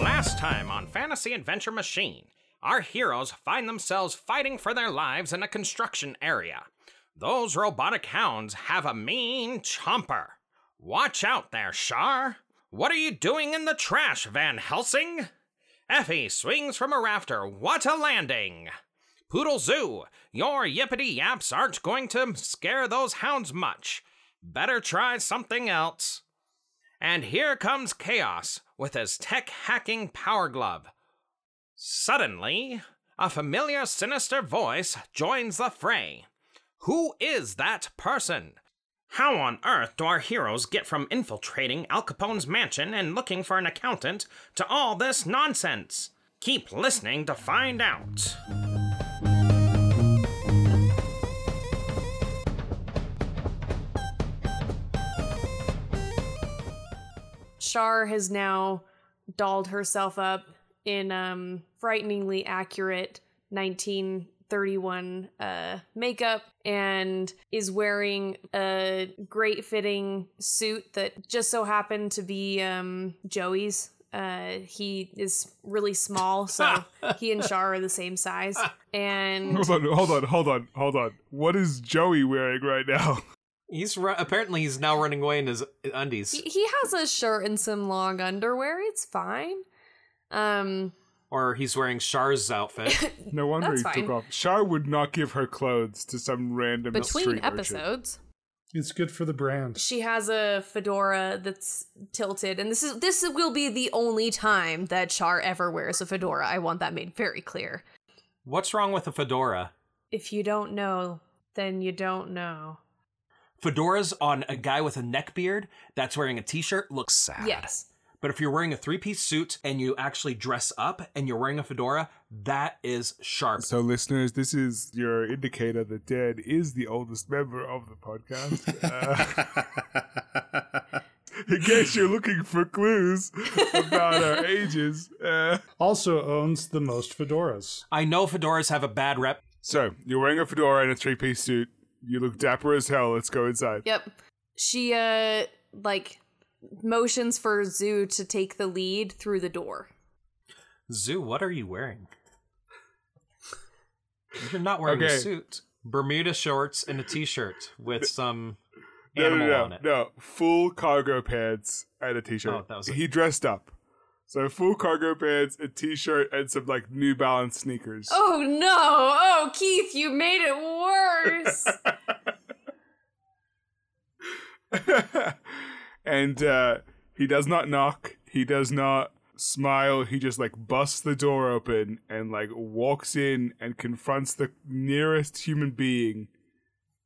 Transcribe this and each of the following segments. Last time on Fantasy Adventure Machine, our heroes find themselves fighting for their lives in a construction area. Those robotic hounds have a mean chomper. Watch out there, Shar! What are you doing in the trash, Van Helsing? Effie swings from a rafter. What a landing! Poodle Zoo, your yippity yaps aren't going to scare those hounds much. Better try something else. And here comes Chaos with his tech hacking power glove. Suddenly, a familiar sinister voice joins the fray. Who is that person? How on earth do our heroes get from infiltrating Al Capone's mansion and looking for an accountant to all this nonsense? Keep listening to find out. Shar has now dolled herself up in um, frighteningly accurate 1931 uh, makeup and is wearing a great fitting suit that just so happened to be um, Joey's. Uh, he is really small, so he and Shar are the same size. And Hold on, hold on, hold on, hold on. What is Joey wearing right now? He's ru- apparently he's now running away in his he, undies, he has a shirt and some long underwear. It's fine. Um, or he's wearing Char's outfit. No wonder That's he took fine. off. Shar would not give her clothes to some random between street urchin. episodes It's good for the brand. she has a fedora that's tilted and this is this will be the only time that char ever wears a fedora i want that made very clear What's wrong with a fedora? if you don't know then you don't know Fedoras on a guy with a neck beard that's wearing a t-shirt looks sad. yes But if you're wearing a three-piece suit and you actually dress up and you're wearing a fedora, that is sharp. So, listeners, this is your indicator that Dan is the oldest member of the podcast. Uh, in case you're looking for clues about our ages. Uh, also owns the most fedoras. I know fedoras have a bad rep. so, you're wearing a fedora and a three piece suit. You look dapper as hell. Let's go inside. yep she uh like motions for zoo to take the lead through the door Zoo, what are you wearing? You're not wearing Okay. a suit. Bermuda shorts and a t-shirt with some No, animal no, no, on it. no. Full cargo pants and a t-shirt. Oh, that was it. he dressed up. So full cargo pants, a t-shirt, and some like New Balance sneakers. oh no oh keith you made it worse and uh, he does not knock. He does not smile. He just like busts the door open and like walks in and confronts the nearest human being,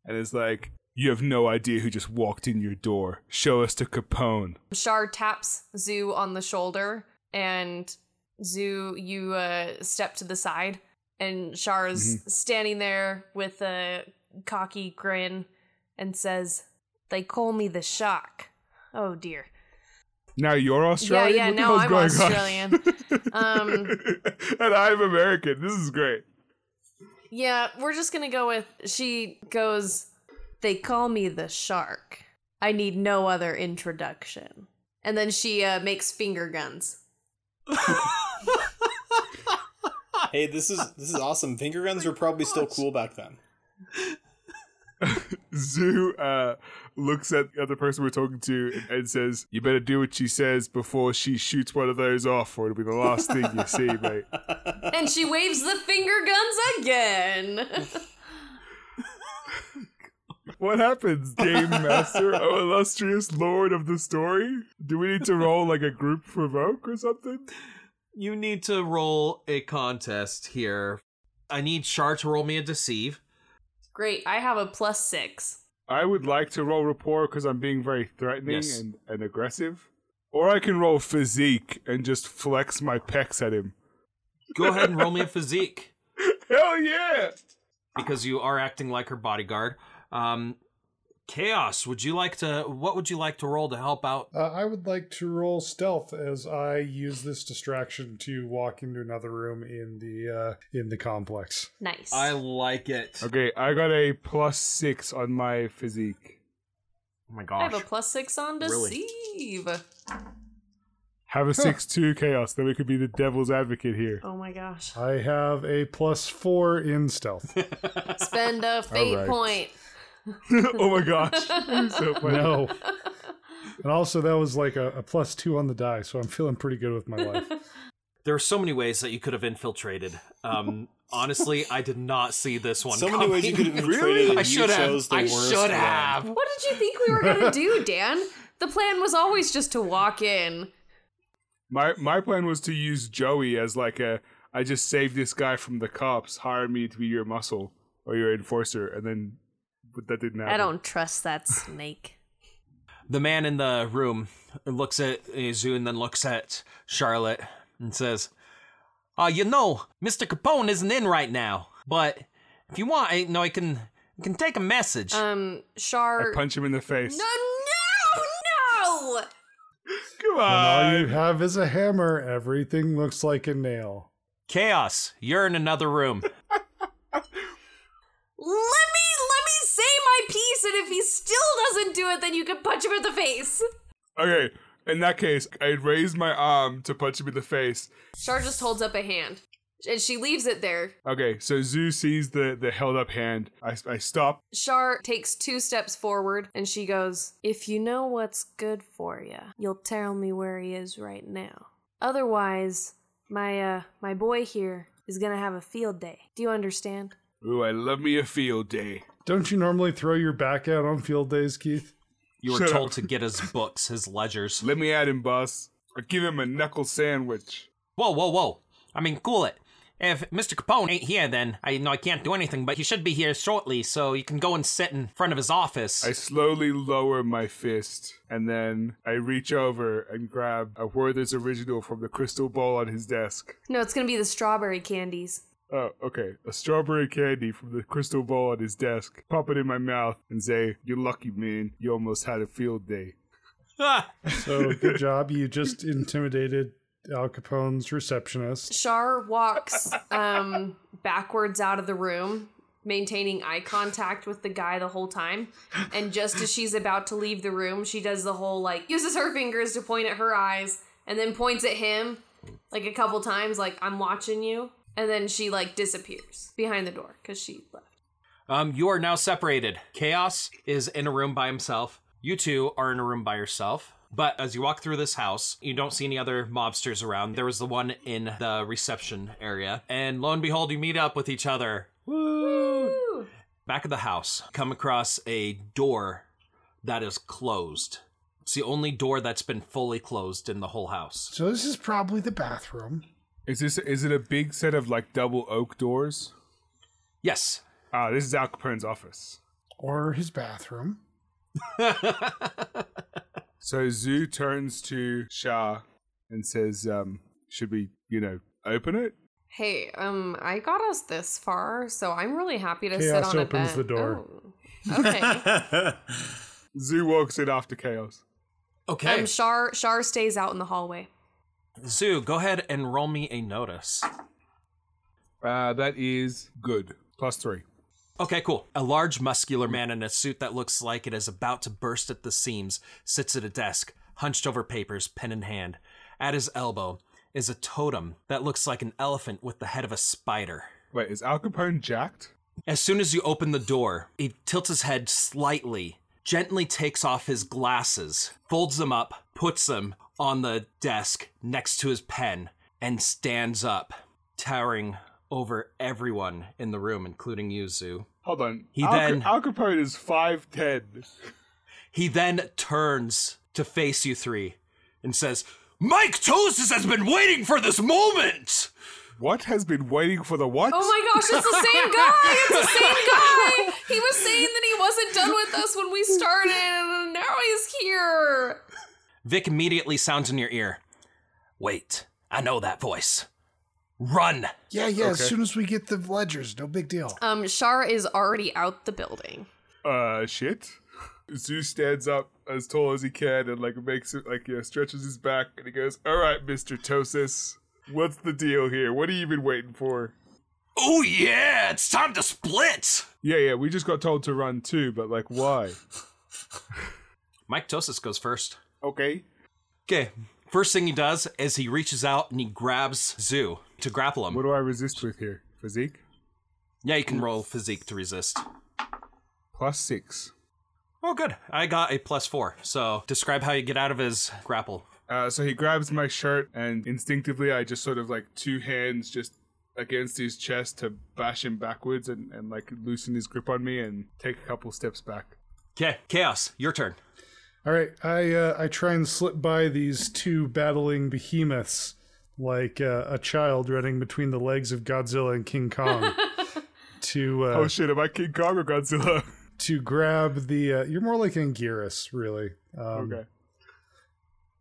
and is like, "You have no idea who just walked in your door. Show us to Capone." Shar taps Zoo on the shoulder, and Zoo, you uh, step to the side, and Shar is standing there with a cocky grin and says, They call me the shock. Oh dear. Now you're Australian. yeah, now What the I'm hell's going on? Australian. Um, and I'm American. This is great. yeah, we're just gonna go with she goes, They call me the shark. I need no other introduction. And then she uh, makes finger guns. hey, this is this is awesome. Finger guns were probably still cool back then. Zoo uh, looks at the other person we're talking to and says, "You better do what she says before she shoots one of those off, or it'll be the last thing you see, mate." and she waves the finger guns again. What happens, Game Master, oh illustrious lord of the story? Do we need to roll like a group provoke or something? You need to roll a contest here. I need Char to roll me a deceive. Great, I have a plus six. I would like to roll rapport because I'm being very threatening Yes. and, and aggressive. Or I can roll physique and just flex my pecs at him. Go ahead and roll me a physique Hell yeah! because you are acting like her bodyguard. Um, Chaos, would you like to? What would you like to roll to help out? Uh, I would like to roll stealth as I use this distraction to walk into another room in the uh, in the complex. Nice. I like it. Okay, I got a plus six on my physique. Oh my I gosh! have a plus six on Really? deceive. Have a six two chaos. Then we could be the devil's advocate here. Oh my gosh. I have a plus four in stealth. Spend a fate right. point. oh my gosh, so funny. no. And also, that was like a, a plus two on the die, so I'm feeling pretty good with my life. There are so many ways that you could have infiltrated. Um, honestly, I did not see this one. So many ways you coming. could have infiltrated and I you should have. chose the I worst should one. have. What did you think we were gonna do, Dan? The plan was always just to walk in. My my plan was to use Joey as like a I just saved this guy from the cops. Hire me to be your muscle or your enforcer, and then but that didn't happen. I don't trust that snake. The man in the room looks at Izu and then looks at Charlotte and says, uh, you know, Mr. Capone isn't in right now, but if you want, I know I can I can take a message. Um, Char. I punch him in the face. no, no, no! Come And all on. you have is a hammer. Everything looks like a nail. Chaos, you're in another room. Let me let me say my piece, and if he still doesn't do it, then you can punch him in the face. Okay. In that case, I raise my arm to punch him in the face. Char just holds up a hand, and she leaves it there. Okay, so Zoo sees the, the held up hand. I, I stop. Char takes two steps forward, and she goes, "If you know what's good for you, you'll tell me where he is right now. Otherwise, my uh my boy here is gonna have a field day. Do you understand?" Ooh, I love me a field day. Don't you normally throw your back out on field days, Keith? You were Shut told up. to get his books, his ledgers. Let me at him, boss. I give him a knuckle sandwich. Whoa, whoa, whoa. I mean, cool it. If Mr. Capone ain't here, then I know I can't do anything, but he should be here shortly, so you can go and sit in front of his office. I slowly lower my fist, and then I reach over and grab a Werther's original from the crystal bowl on his desk. No, it's gonna be the strawberry candies. Oh, okay. A strawberry candy from the crystal bowl on his desk. Pop it in my mouth and say, You're lucky, man. You almost had a field day. Ah! So good job. You just intimidated Al Capone's receptionist. Char walks um, backwards out of the room, maintaining eye contact with the guy the whole time. And just as she's about to leave the room, she does the whole like uses her fingers to point at her eyes and then points at him like a couple times, like I'm watching you. And then she like disappears behind the door because she left. Um, you are now separated. Chaos is in a room by himself. You two are in a room by yourself. But as you walk through this house, you don't see any other mobsters around. There was the one in the reception area. And lo and behold, you meet up with each other. Woo! Back of the house, come across a door that is closed. It's the only door that's been fully closed in the whole house. So this is probably the bathroom. Is this is it a big set of like double oak doors? Yes. Ah, this is Al Capone's office. Or his bathroom. So Zoo turns to Shah and says, um, should we, you know, open it? Hey, um, I got us this far, so I'm really happy to sit Chaos on opens a bench. the door. Oh, okay. Zoo walks in after Chaos. Okay. Um, Char Char stays out in the hallway. Zoo, go ahead and roll me a notice. Uh, that is good. Plus three. Okay, cool. A large, muscular man in a suit that looks like it is about to burst at the seams sits at a desk, hunched over papers, pen in hand. At his elbow is a totem that looks like an elephant with the head of a spider. Wait, is Al Capone jacked? As soon as you open the door, he tilts his head slightly, gently takes off his glasses, folds them up, puts them on the desk next to his pen, and stands up, towering over everyone in the room, including you, Zoo. Hold on. He Al, then- Al Capone is 5'10. He then turns to face you three and says, Mike Tosis has been waiting for this moment! What has been waiting for the what? Oh my gosh, it's the same guy! It's the same guy! He was saying that he wasn't done with us when we started, and now he's here! Vic immediately sounds in your ear. Wait, I know that voice. Run! Yeah, yeah. As Okay. soon as we get the ledgers, no big deal. Um, Shar is already out the building. uh shit zeus stands up as tall as he can and like makes it like yeah stretches his back and he goes all right mr tosis what's the deal here what have you been waiting for Oh yeah, it's time to split! yeah yeah we just got told to run too but like why Mike Tosis goes first. okay Okay, First thing he does is he reaches out and he grabs Zoo to grapple him. What do I resist with here? Physique? yeah, you can roll physique to resist. Plus six. Oh, good. I got a plus four. So describe how you get out of his grapple. Uh, so he grabs my shirt, and instinctively, I just sort of like two hands just against his chest to bash him backwards and, and like loosen his grip on me and take a couple steps back. Okay, Chaos, your turn. All right, I uh, I try and slip by these two battling behemoths like uh, a child running between the legs of Godzilla and King Kong to uh, Oh shit, am I King Kong or Godzilla? to grab the. Uh, you're more like Anguirus, really. Um, okay.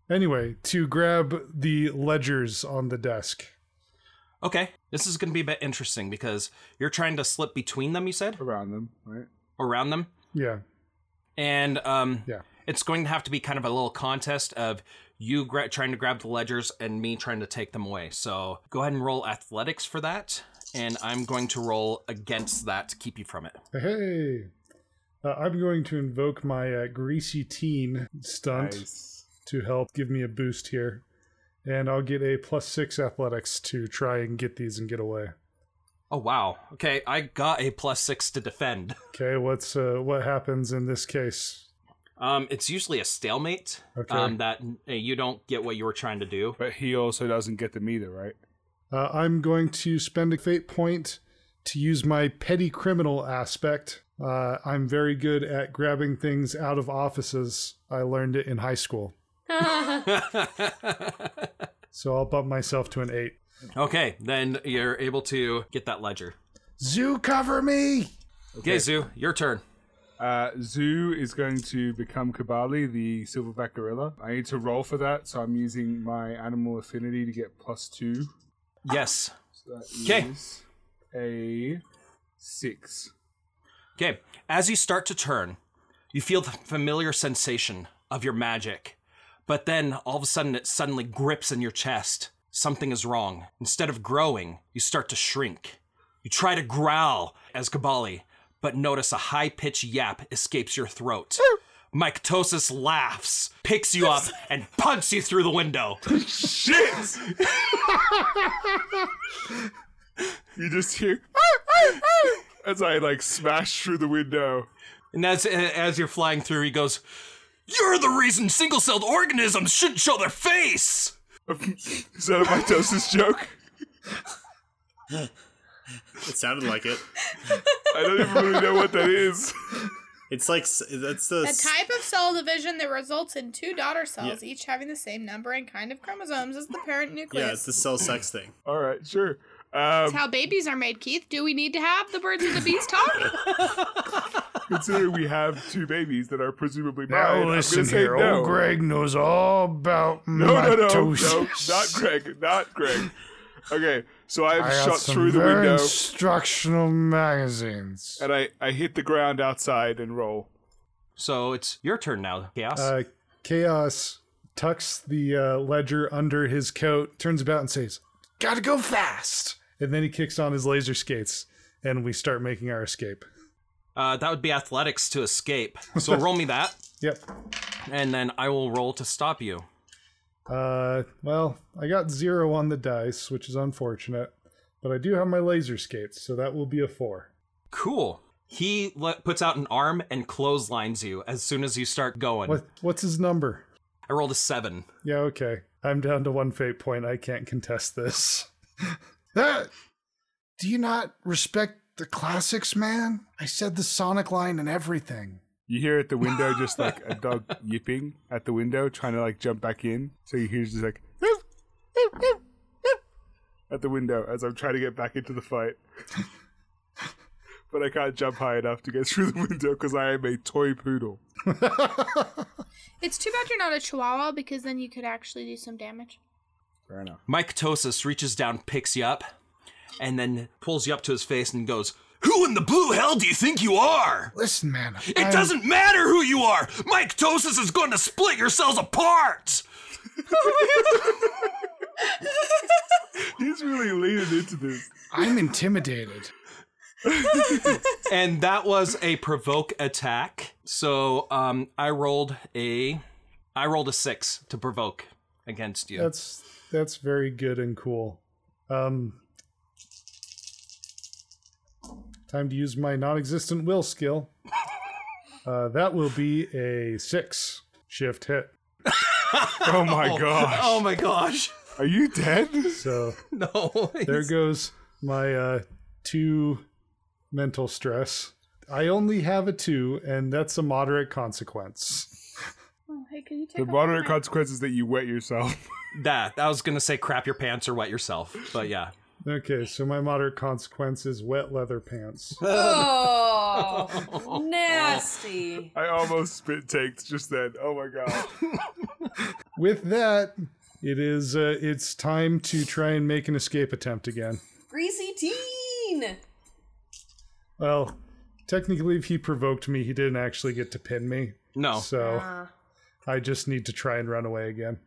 Anyway, to grab the ledgers on the desk. Okay, this is going to be a bit interesting because you're trying to slip between them, you said, Around them, right? around them. Yeah, And um, Yeah. it's going to have to be kind of a little contest of you gra- trying to grab the ledgers and me trying to take them away. So go ahead and roll athletics for that. And I'm going to roll against that to keep you from it. Hey, uh, I'm going to invoke my uh, greasy teen stunt to help give me a boost here, and I'll get a plus six athletics to try and get these and get away. Oh, wow. Okay, I got a plus six to defend. Okay, what's uh, what happens in this case? Um, it's usually a stalemate Okay. um, that uh, you don't get what you were trying to do. But he also doesn't get them either, right? Uh, I'm going to spend a fate point to use my petty criminal aspect. Uh, I'm very good at grabbing things out of offices. I learned it in high school, so I'll bump myself to an eight. okay, then you're able to get that ledger. Zoo, cover me! Okay, Zoo, your turn. Uh, Zoo is going to become Kabali, the silverback gorilla. I need to roll for that, so I'm using my animal affinity to get plus two. Yes. So that Okay. is a six. Okay, as you start to turn, you feel the familiar sensation of your magic, but then all of a sudden it suddenly grips in your chest. Something is wrong. Instead of growing, you start to shrink. You try to growl as Kabali, but notice a high pitched yap escapes your throat. Mycotosis laughs, picks you up, and punts you through the window. You just hear as I like smash through the window. And as, as you're flying through, he goes, You're the reason single celled organisms shouldn't show their face! Is that a mitosis joke? It sounded like it. I don't even really know what that is. It's like s- that's the A s- type of cell division that results in two daughter cells, Yeah. each having the same number and kind of chromosomes as the parent nucleus. yeah, it's the cell sex thing. All right, sure. That's Um, how babies are made, Keith. Do we need to have the birds and the bees talk? considering we have two babies that are presumably mine, I'm Now gonna listen say here, no. old Greg knows all about Oh. No, no, no, no, mitosis. not Greg, not Greg. Okay, so I've I got shot some through the very window Instructional magazines. and I, I hit the ground outside and roll. So it's your turn now, Chaos. Uh, Chaos tucks the uh, ledger under his coat, turns about and says, "Gotta go fast!" And then he kicks on his laser skates, and we start making our escape. Uh, that would be athletics to escape. So roll me that, Yep. and then I will roll to stop you. Uh, well, I got zero on the dice, which is unfortunate, but I do have my laser skates, so that will be a four. Cool. He le- puts out an arm and clotheslines you as soon as you start going. What what's his number? I rolled a seven. Yeah, okay. I'm down to one fate point. I can't contest this. Ah! do you not respect the classics, man? I said the Sonic line and everything. You hear at the window just like a dog yipping at the window, trying to like jump back in. So you hear just like at the window as I'm trying to get back into the fight. but I can't jump high enough to get through the window because I am a toy poodle. it's too bad you're not a chihuahua because then you could actually do some damage. Fair enough. Mycotosis reaches down, picks you up, and then pulls you up to his face and goes, "Who in the blue hell do you think you are? Listen, man. It doesn't matter who you are. Mycotosis is going to split yourselves apart." He's really leaning into this. I'm intimidated. and that was a provoke attack. So um, I rolled a, I rolled a six to provoke. against you. That's that's very good and cool. Um, time to use my non-existent will skill. Uh, that will be a six shift hit. Oh my gosh. Oh my gosh. Are you dead? So No. there goes my uh, two mental stress. I only have a two, and that's a moderate consequence. Oh, hey, can you take The off moderate my- consequence is that you wet yourself. That I was gonna say crap your pants or wet yourself. But yeah. Okay, so my moderate consequence is wet leather pants. Oh, nasty. I almost spit takes just then. Oh my god. With that, it is uh, it's time to try and make an escape attempt again. Greasy teen. Well, technically, if he provoked me, he didn't actually get to pin me. No. So Ah. I just need to try and run away again.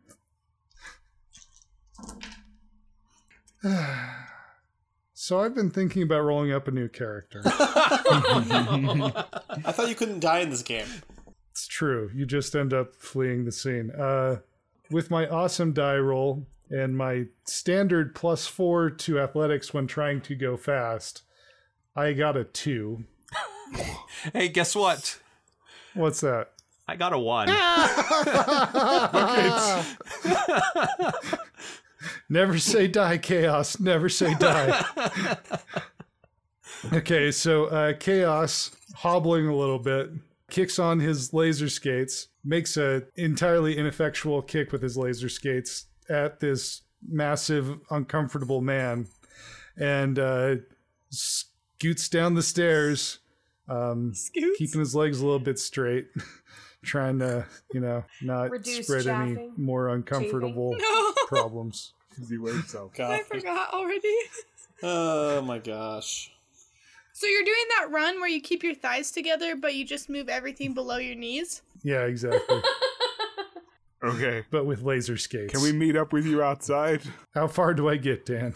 so I've been thinking about rolling up a new character. I thought you couldn't die in this game. it's true. You just end up fleeing the scene. Uh, with my awesome die roll and my standard plus four to athletics when trying to go fast, I got a two. Hey, guess what? What's that? I got a one. Never say die, Chaos. Never say die. okay, so uh, Chaos, hobbling a little bit, kicks on his laser skates, makes a entirely ineffectual kick with his laser skates at this massive, uncomfortable man, and uh, scoots down the stairs, um, keeping his legs a little bit straight. Trying to, you know, not Reduce spread any chaffing, more uncomfortable problems. He wet himself. God. I forgot already. Oh my gosh. So you're doing that run where you keep your thighs together, but you just move everything below your knees. Yeah, exactly. Okay. but with laser skates. Can we meet up with you outside? How far do I get, Dan?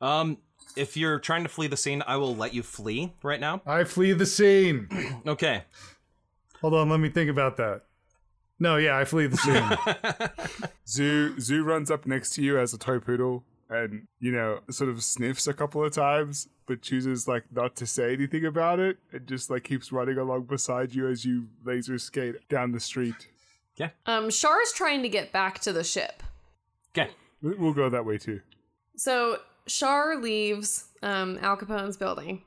Um, if you're trying to flee the scene, I will let you flee right now. I flee the scene. Okay. Hold on, let me think about that. No, yeah, I flee the Hmm. scene. Zoo Zoo runs up next to you as a toy poodle and, you know, sort of sniffs a couple of times, but chooses like not to say anything about it and just like keeps running along beside you as you laser skate down the street. Um, Shar is trying to get back to the ship. Okay. We- We'll go that way too. So Shar leaves um, Al Capone's building,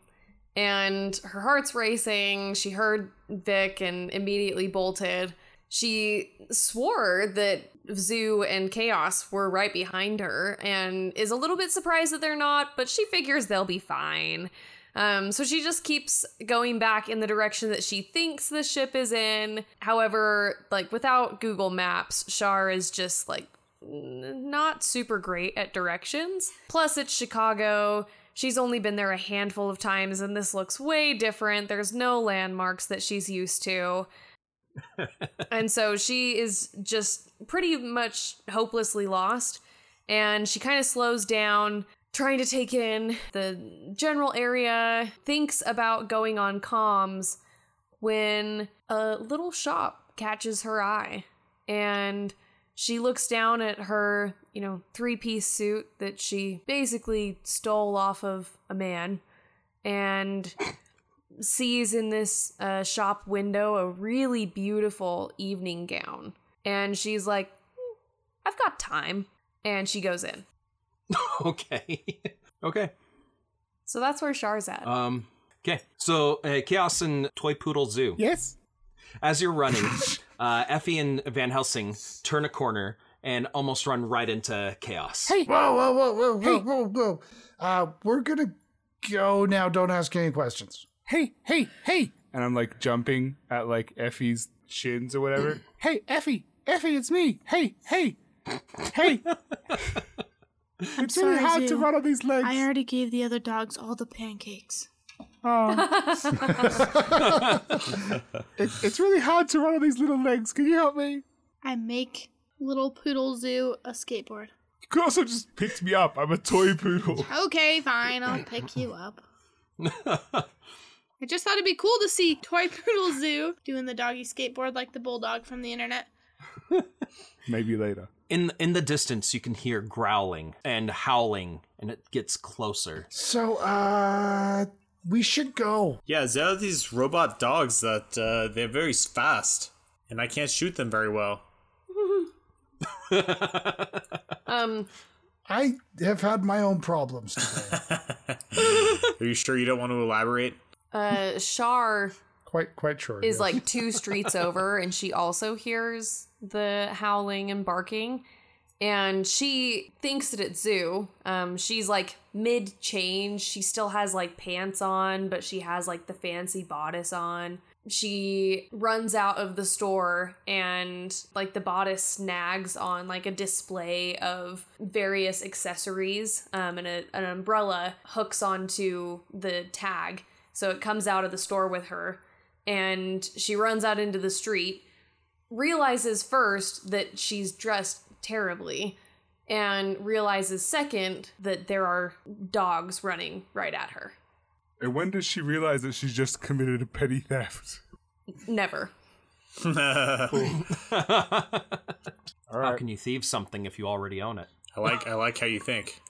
and her heart's racing. She heard Vic and immediately bolted. She swore that Zoo and Chaos were right behind her and is a little bit surprised that they're not, but she figures they'll be fine. Um, so she just keeps going back in the direction that she thinks the ship is in. However, like without Google Maps, Shar is just like n- not super great at directions. Plus, it's Chicago. She's only been there a handful of times, and this looks way different. There's no landmarks that she's used to. and so she is just pretty much hopelessly lost. And she kind of slows down, trying to take in the general area, thinks about going on comms when a little shop catches her eye. And she looks down at her, you know, three piece suit that she basically stole off of a man and sees in this uh, shop window a really beautiful evening gown. And she's like, "Hmm, I've got time. And she goes in. okay. okay. So that's where Char's at. Um. Okay. So, uh, Chaos and Toy Poodle Zoo. Yes. As you're running, uh, Effie and Van Helsing turn a corner and almost run right into Chaos. Hey. Whoa, whoa, whoa, whoa, whoa, whoa, whoa. Uh, we're gonna go now. Don't ask any questions. Hey, hey, hey. And I'm like jumping at like Effie's shins or whatever. hey, Effie, Effie, it's me. Hey, hey, hey. it's really sorry, hard to Zoo. run on these legs. I already gave the other dogs all the pancakes. It's, it's really hard to run on these little legs. Can you help me? I make little poodle zoo a skateboard. You could also just pick me up. I'm a toy poodle. Okay, fine. I'll pick you up. I just thought it'd be cool to see Toy Poodle Zoo doing the doggy skateboard like the bulldog from the internet. Maybe later. In in the distance, you can hear growling and howling, and it gets closer. So, uh, we should go. Yeah, there are these robot dogs that uh, they're very fast, and I can't shoot them very well. Um, I have had my own problems today. Are you sure you don't want to elaborate? uh, Shar Quite quite sure. is yes. like two streets over and she also hears the howling and barking and she thinks that it's zoo um she's like mid change she still has like pants on but she has like the fancy bodice on she runs out of the store and like the bodice snags on like a display of various accessories um, and a, an umbrella hooks onto the tag so it comes out of the store with her and she runs out into the street realizes first that she's dressed terribly and realizes second that there are dogs running right at her And when does she realize that she's just committed a petty theft? never I All How right. can you thieve something if you already own it? like I like how you think.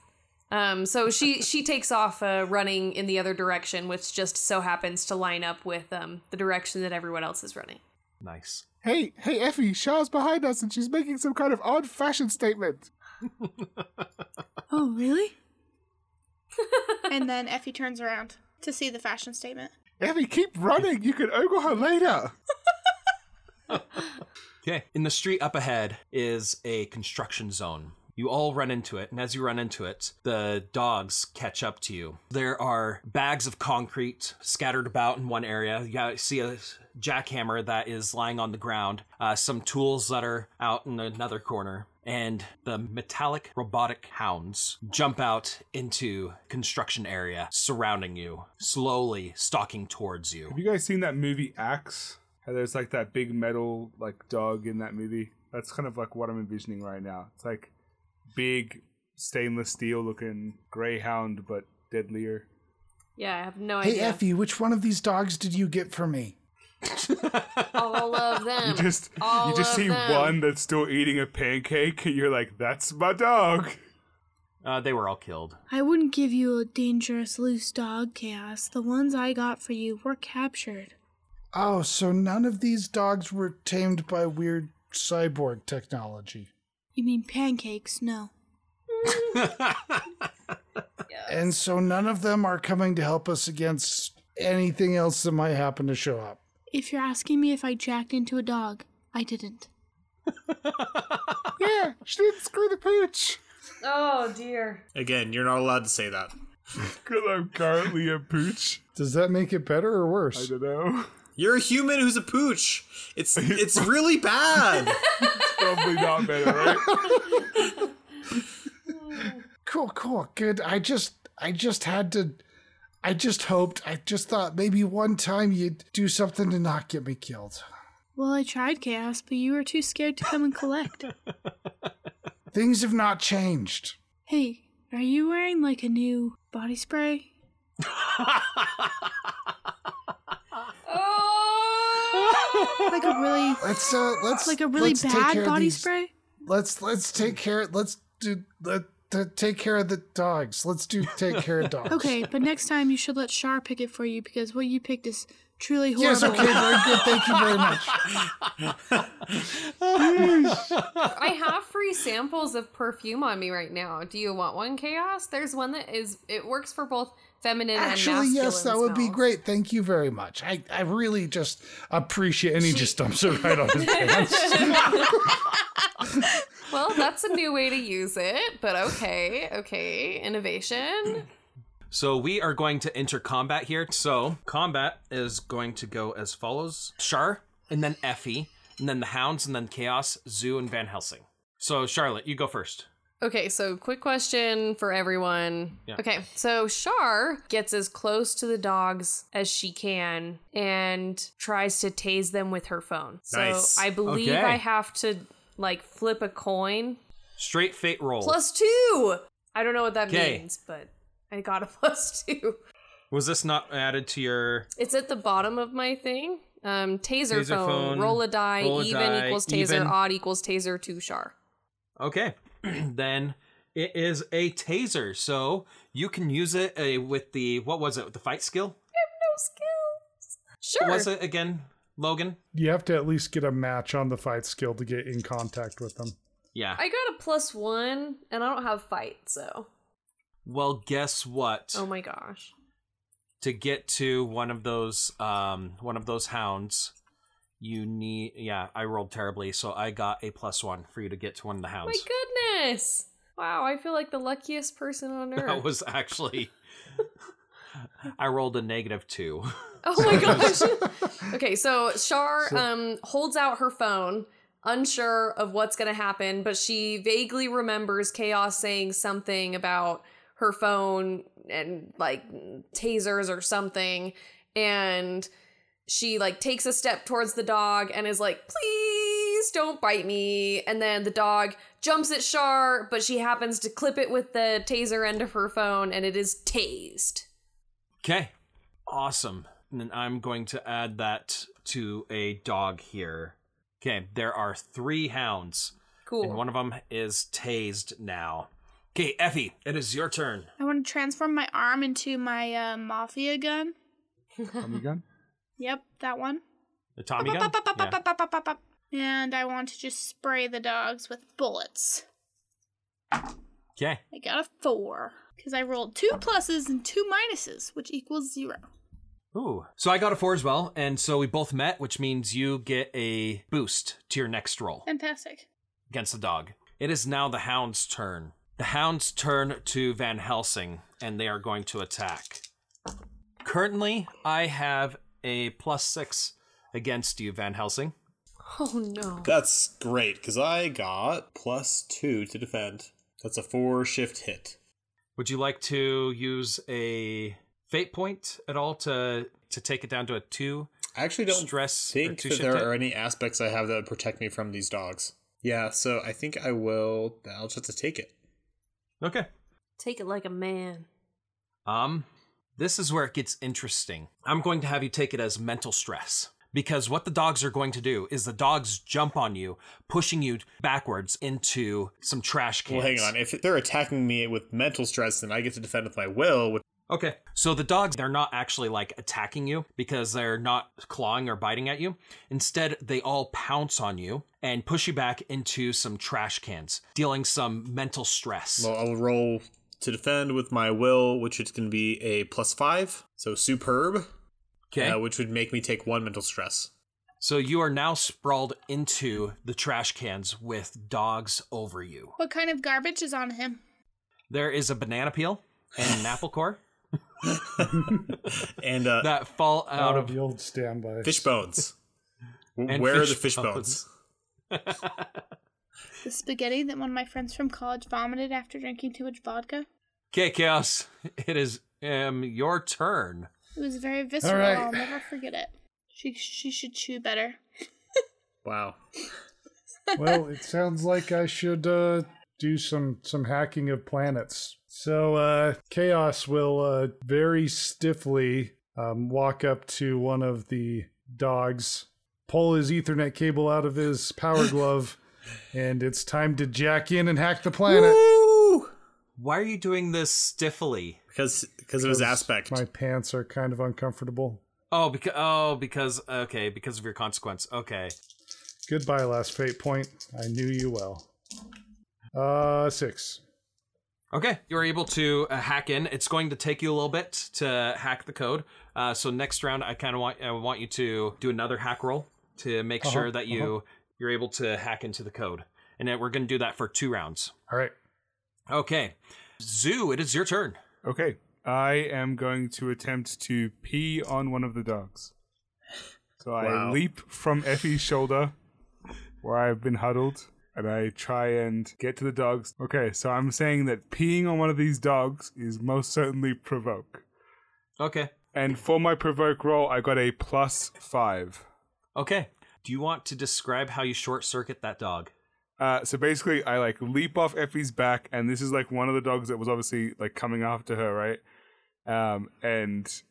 Um, so she she takes off uh, running in the other direction, which just so happens to line up with um, the direction that everyone else is running. Nice. hey, hey, Effie, Shah's behind us and she's making some kind of odd fashion statement. Oh, really? and then Effie turns around to see the fashion statement. Effie, keep running. You can ogle her later. Okay. In the street up ahead is a construction zone. You all run into it, and as you run into it, the dogs catch up to you. There are bags of concrete scattered about in one area. You got- see a jackhammer that is lying on the ground, uh, some tools that are out in another corner, and the metallic robotic hounds jump out into construction area surrounding you, slowly stalking towards you. Have you guys seen that movie Axe? How there's like that big metal like dog in that movie. That's kind of like what I'm envisioning right now. It's like big stainless steel looking greyhound, but deadlier. Yeah, I have no Hey, idea. Effie, which one of these dogs did you get for me? All of them. You just All you just of see them. one that's still eating a pancake, and you're like, "That's my dog." Uh, they were all killed. I wouldn't give you a dangerous loose dog, Chaos. The ones I got for you were captured. Oh, so none of these dogs were tamed by weird cyborg technology. You mean pancakes? No. And so none of them are coming to help us against anything else that might happen to show up. If you're asking me if I jacked into a dog, I didn't. yeah, she didn't screw the pooch. Oh dear. Again, you're not allowed to say that. Because I'm currently a pooch. Does that make it better or I worse? don't know. You're a human who's a pooch. It's it's really bad. Probably not better, right? Cool, cool, good. I just, I just had to, I just hoped, I just thought maybe one time you'd do something to not get me killed. Well, I tried Chaos, but you were too scared to come and collect. Things have not changed. hey, are you wearing like a new body spray? Oh! Like a really Let's, uh, let's like a really let's take care bad of body these- spray? Let's, let's take care. Let's do let. t- Take care of the dogs. Let's do take care of dogs. Okay, but next time you should let Shar pick it for you because what you picked is truly horrible. Yes. Okay. Very good. Thank you very much. I have free samples of perfume on me right now. Do you want one, Chaos? There's one that is it works for both feminine Actually, and masculine. yes, that would be smells. great. Thank you very much. I, I really just appreciate. And he just dumps it right on his pants. Well, that's a new way to use it, but okay, okay, innovation. So we are going to enter combat here. So combat is going to go as follows: Char, and then Effie, and then the Hounds, and then Chaos, Zoo, and Van Helsing. So Charlotte, you go first. Okay, so quick question for everyone. Yeah. Okay, so Shar gets as close to the dogs as she can and tries to tase them with her phone. So Nice. I believe Okay. I have to like flip a coin. Straight fate roll. Plus two! I don't know what that 'Kay. means, but I got a plus two. was this not added to your? It's at the bottom of my thing. Um, taser, Taser phone, phone, roll a die, roll a even die, equals taser, even. odd equals taser, two char. Okay. then it is a taser, so you can use it uh, with the what was it? With the fight skill? No skills. Sure. What was it again, Logan? You have to at least get a match on the fight skill to get in contact with them. Yeah. I got a plus one, and I don't have fight, so. well, guess what? Oh my gosh. to get to one of those um one of those hounds you need yeah i rolled terribly so i got a plus one for you to get to one of the My hounds goodness. Wow, I feel like the luckiest person on earth. that was actually i rolled a negative two Oh my gosh. okay, so Shar um holds out her phone, unsure of what's going to happen, but she vaguely remembers Chaos saying something about her phone and like tasers or something and she like takes a step towards the dog and is like, "Please don't bite me." And then the dog jumps at Shar, but she happens to clip it with the taser end of her phone and it is tased. okay awesome and then i'm going to add that to a dog here okay there are three hounds Cool. and one of them is tased now okay effie it is your turn I want to transform my arm into my uh, mafia gun. Tommy gun? Yep, that one. the tommy gun Bop, bop, bop, Yeah. bop, bop, bop, bop, bop. And I want to just spray the dogs with bullets. okay I got a four because I rolled two pluses and two minuses, which equals zero. Ooh. So I got a four as well, and so we both met, which means you get a boost to your next roll Fantastic. against the dog. It is now the hound's turn. The hounds turn to Van Helsing, and they are going to attack. Currently, I have a plus six against you, Van Helsing. Oh no. That's great, because I got plus two to defend. That's a four shift hit. Would you like to use a fate point at all to to take it down to a two? I actually don't Stress or think two that shift there hit? are any aspects I have that would protect me from these dogs. Yeah, so I think I will. I'll just have to take it. Okay. Take it like a man. Um, this is where it gets interesting. I'm going to have you take it as mental stress because what the dogs are going to do is the dogs jump on you, pushing you backwards into some trash cans. Well, hang on. If they're attacking me with mental stress, then I get to defend with my will. Which Okay. So the dogs, they're not actually like attacking you because they're not clawing or biting at you. Instead, they all pounce on you and push you back into some trash cans, dealing some mental stress. well, I'll roll to defend with my will, which is going to be a plus five. So superb. okay. uh, which would make me take one mental stress. so you are now sprawled into the trash cans with dogs over you. What kind of garbage is on him? There is a banana peel and an apple core And uh, that fall out Oh, of. the old standby. fish bones. W- And Where are fish the fish bones? bones. The spaghetti that one of my friends from college vomited after drinking too much vodka. Okay, Chaos, it is um, your turn. It was very visceral. right. I'll never forget it. She she should chew better. Wow. well, it sounds like I should uh, do some some hacking of planets. So uh, chaos will uh, very stiffly um, walk up to one of the dogs, pull his Ethernet cable out of his power glove, and it's time to jack in and hack the planet. Why are you doing this stiffly? Because because of his aspect. My pants are kind of uncomfortable. Oh, because oh, because okay, because of your consequence. Okay, Goodbye, last fate point. I knew you well. Uh, six. okay, you're able to uh, hack in. It's going to take you a little bit to hack the code. Uh, so next round, I kind of want I want you to do another hack roll to make sure that you you're able to hack into the code, and then we're going to do that for two rounds. All right. Okay, Zoo, it is your turn. Okay. I am going to attempt to pee on one of the dogs. So I Wow. leap from Effie's shoulder, where I've been huddled, and I try and get to the dogs. Okay, so I'm saying that peeing on one of these dogs is most certainly provoke. Okay, And for my provoke roll, I got a plus five. okay. Do you want to describe how you short circuit that dog? Uh, so basically, I like leap off Effie's back, and this is like one of the dogs that was obviously like coming after her, right? Um, and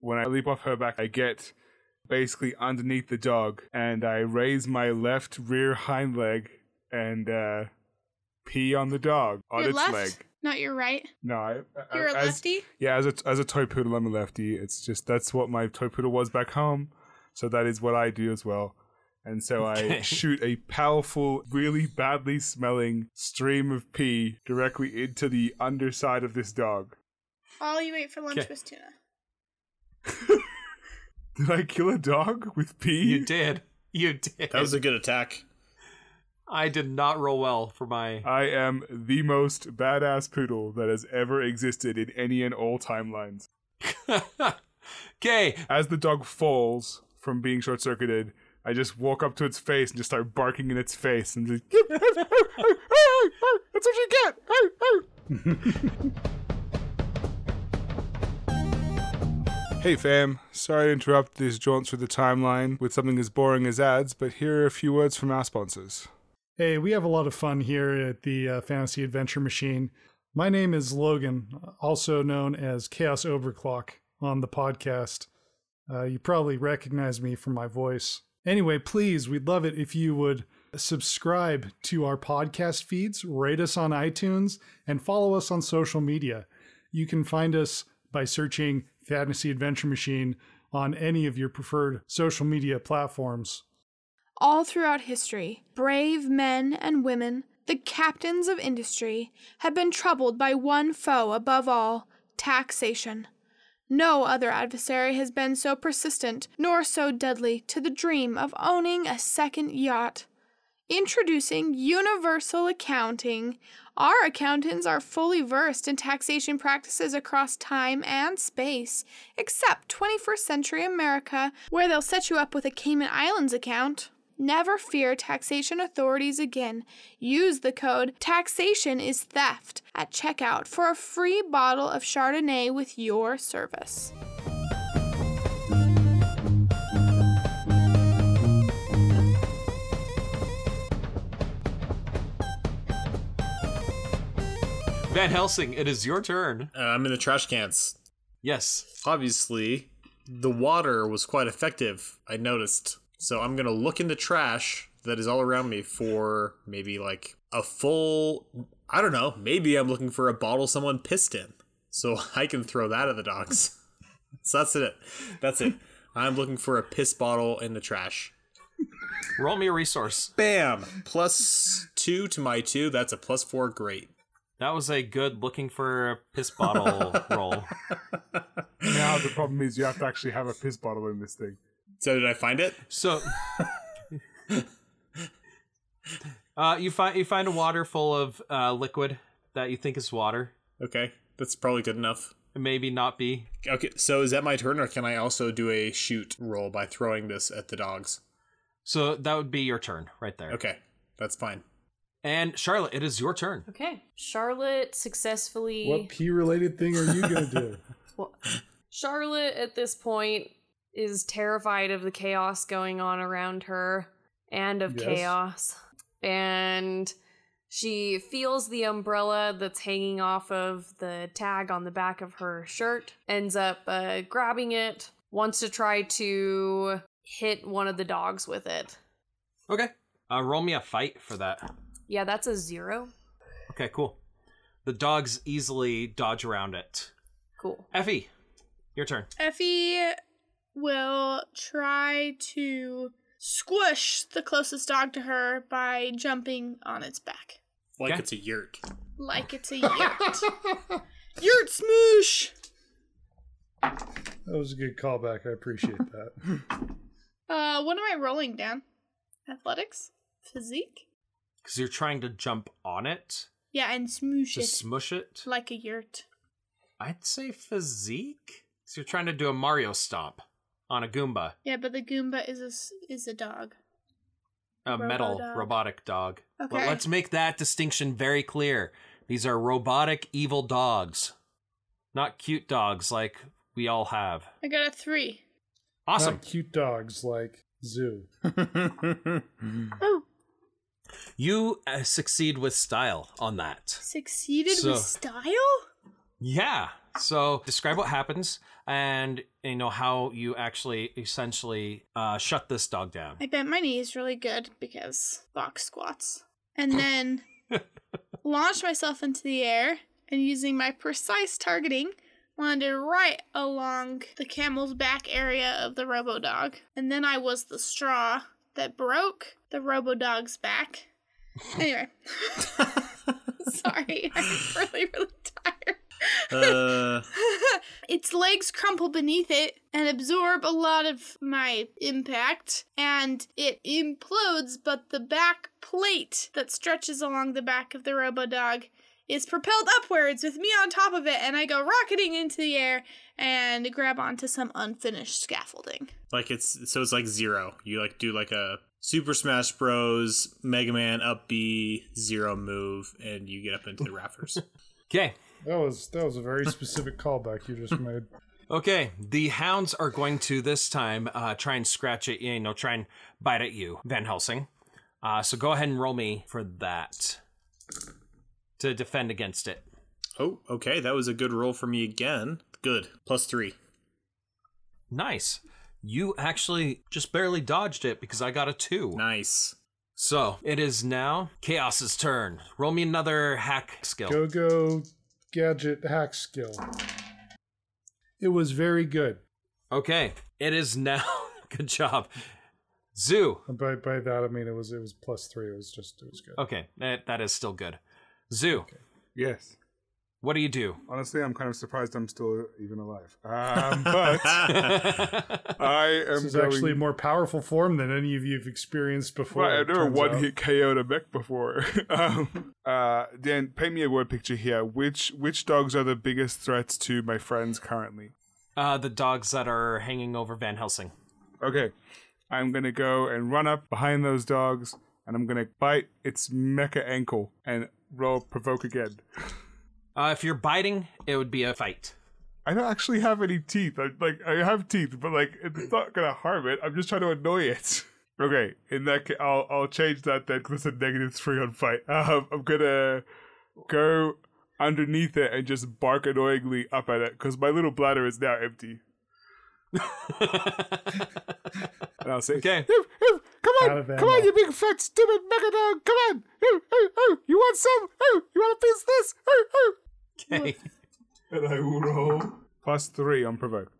when I leap off her back, I get basically underneath the dog, and I raise my left rear hind leg and uh, pee on the dog on your its left, leg. not your right. No, I, I- You're a as- lefty. yeah, as a as a toy poodle, I'm a lefty. It's just that's what my toy poodle was back home, so that is what I do as well. And so I Okay. shoot a powerful, really badly smelling stream of pee directly into the underside of this dog. All you ate for lunch Okay. was tuna. Did I kill a dog with pee? You did. You did. That was a good attack. I did not roll well for my. I am the most badass poodle that has ever existed in any and all timelines. okay. As the dog falls from being short circuited, I just walk up to its face and just start barking in its face and just. That's what you get! Hey fam, sorry to interrupt these jaunts through the timeline with something as boring as ads, but here are a few words from our sponsors. Hey, we have a lot of fun here at the uh, Fantasy Adventure Machine. My name is Logan, also known as Chaos Overclock on the podcast. Uh, you probably recognize me from my voice. Anyway, please, we'd love it if you would subscribe to our podcast feeds, rate us on iTunes, and follow us on social media. You can find us by searching Fantasy Adventure Machine on any of your preferred social media platforms. All throughout history, brave men and women, the captains of industry, have been troubled by one foe above all taxation. No other adversary has been so persistent nor so deadly to the dream of owning a second yacht. Introducing universal accounting, our accountants are fully versed in taxation practices across time and space, except 21st century America, where they'll set you up with a Cayman Islands account. Never fear taxation authorities again. Use the code TAXATION IS THEFT at checkout for a free bottle of Chardonnay with your service. Van Helsing, it is your turn. Uh, I'm in the trash cans. Yes. Obviously, the water was quite effective, I noticed. So I'm going to look in the trash that is all around me for maybe like a full. I don't know. Maybe I'm looking for a bottle someone pissed in. So I can throw that at the dogs. so that's it. That's it. I'm looking for a piss bottle in the trash. Roll me a resource. Bam! Plus two to my two. That's a plus four. Great. That was a good looking for a piss bottle roll. Now the problem is you have to actually have a piss bottle in this thing. So did I find it? So, uh, you find you find a water full of uh, liquid that you think is water. Okay. That's probably good enough. It maybe not be. Okay, so is that my turn, or can I also do a shoot roll by throwing this at the dogs? So that would be your turn right there. Okay, that's fine. And Charlotte, it is your turn. Okay. Charlotte successfully. What pee related thing are you going to do? Well, Charlotte at this point is terrified of the chaos going on around her and of Yes. chaos. And she feels the umbrella that's hanging off of the tag on the back of her shirt, ends up uh, grabbing it, wants to try to hit one of the dogs with it. Okay. Uh, roll me a fight for that. Yeah, that's a zero. Okay, cool. The dogs easily dodge around it. Cool. Effie, your turn. Effie will try to squish the closest dog to her by jumping on its back. Like Okay. it's a yurt. Like it's a yurt. yurt smoosh! That was a good callback. I appreciate that. Uh, what am I rolling down? Athletics? Physique? Because you're trying to jump on it Yeah, and smoosh to it. smush it. like a yurt. I'd say physique. Because you're trying to do a Mario stomp on a Goomba, Yeah, but the Goomba is a, s- is a dog. a metal Robodog. robotic dog. Okay. But let's make that distinction very clear. These are robotic evil dogs, not cute dogs like we all have. I got a three. Awesome. Not cute dogs like Zoo. Hmm. Oh, You uh, succeed with style on that. succeeded So- with style? Yeah. So describe what happens and you know how you actually essentially uh, shut this dog down. I bent my knees really good because box squats. And then launched myself into the air and using my precise targeting, landed right along the camel's back area of the robo dog. And then I was the straw that broke the robo dog's back. Anyway. Sorry, I'm really, really tired. Uh, its legs crumple beneath it and absorb a lot of my impact, and it implodes. But the back plate that stretches along the back of the robo dog is propelled upwards with me on top of it, and I go rocketing into the air and grab onto some unfinished scaffolding. like it's so it's like zero. You like do like a Super Smash Bros. Mega Man up B zero move, and you get up into the rafters. Okay. That was that was a very specific callback you just made. Okay, the hounds are going to this time uh, try and scratch at you, you know, try and bite at you, Van Helsing. Uh, so go ahead and roll me for that to defend against it. oh, okay, that was a good roll for me again. Good, plus three. Nice. You actually just barely dodged it because I got a two. Nice. So it is now Chaos's turn. Roll me another hack skill. Go go gadget hack skill. It was very good. Okay, it is now. good job. Zoo. And By by that I mean it was it was plus three. It was just it was good. Okay, that, that is still good. Zoo, Yes. what do you do? Honestly, I'm kind of surprised I'm still even alive. Um, but Uh, I am This is going- actually a more powerful form than any of you've experienced before. Right, I've it never turns one out. hit KO'd a mech before. um, uh, Dan, paint me a word picture here. Which which dogs are the biggest threats to my friends currently? Uh, the dogs that are hanging over Van Helsing. Okay, I'm gonna go and run up behind those dogs, and I'm gonna bite its mecha ankle and roll provoke again. Uh, if you're biting, it would be a fight. I don't actually have any teeth. I, like I have teeth, but like it's not gonna harm it. I'm just trying to annoy it. Okay, in that case, I'll I'll change that then because it's a negative three on fight. Um, I'm gonna go underneath it and just bark annoyingly up at it because my little bladder is now empty. And I'll say, Okay. "Ew, ew, come Out on, of come on, ammo. you big fat stupid mecha dog, come on, ew, ew, ew, you want some? Ew, you want a piece of this? Ew, ew." Okay. And I will roll plus three on provoke.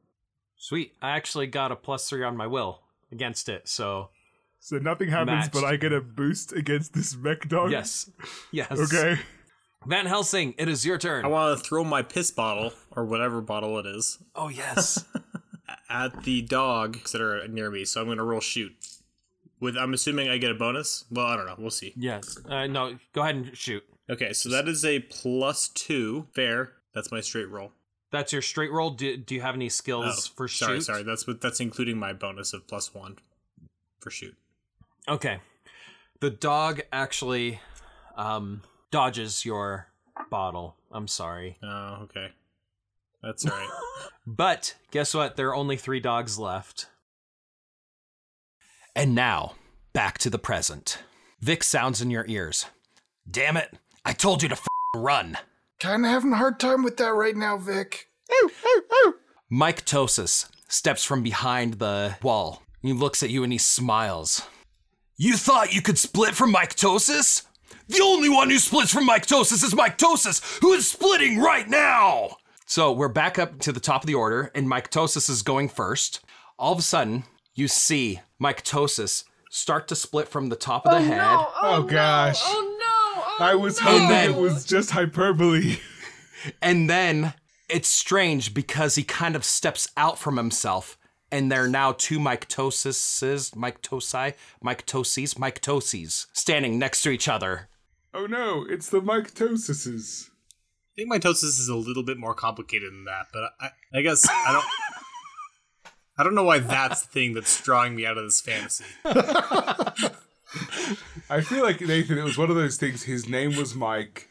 Sweet. I actually got a plus three on my will against it. So So nothing happens, Matched. but I get a boost against this mech dog. yes, yes. Okay. Van Helsing, it is your turn. I want to throw my piss bottle or whatever bottle it is oh yes. at the dogs that are near me. So I'm gonna roll shoot. With I'm assuming I get a bonus. Well, I don't know. We'll see. yes. Uh, no. Go ahead and shoot. Okay, so that is a plus two. Fair. That's my straight roll. Oh, That's your straight roll. Do, do you have any skills for shoot? sorry, sorry. That's what that's including my bonus of plus one for shoot. Okay. The dog actually um, dodges your bottle. I'm sorry. Oh, okay. That's all right. But guess what? There are only three dogs left. And now, back to the present. Vic sounds in your ears. Damn it! I told you to f- run. Kind of having a hard time with that right now, Vic. Mike Tosis steps from behind the wall. He looks at you and he smiles. You thought you could split from Mike Tosis? The only one who splits from Mike Tosis is Mike Tosis, who is splitting right now! So we're back up to the top of the order, and Mike Tosis is going first. All of a sudden, you see Mike Tosis start to split from the top of the head. No, Oh, gosh. Oh no! I was no. hoping then- it was just hyperbole. And then it's strange because he kind of steps out from himself, and there are now two myctosises, myctosi, myctoses, myctoses standing next to each other. oh no, it's the myctosises. I think mitosis is a little bit more complicated than that, but I, I guess I don't. I don't know why that's the thing that's drawing me out of this fantasy. I feel like Nathan, it was one of those things. His name was Mike.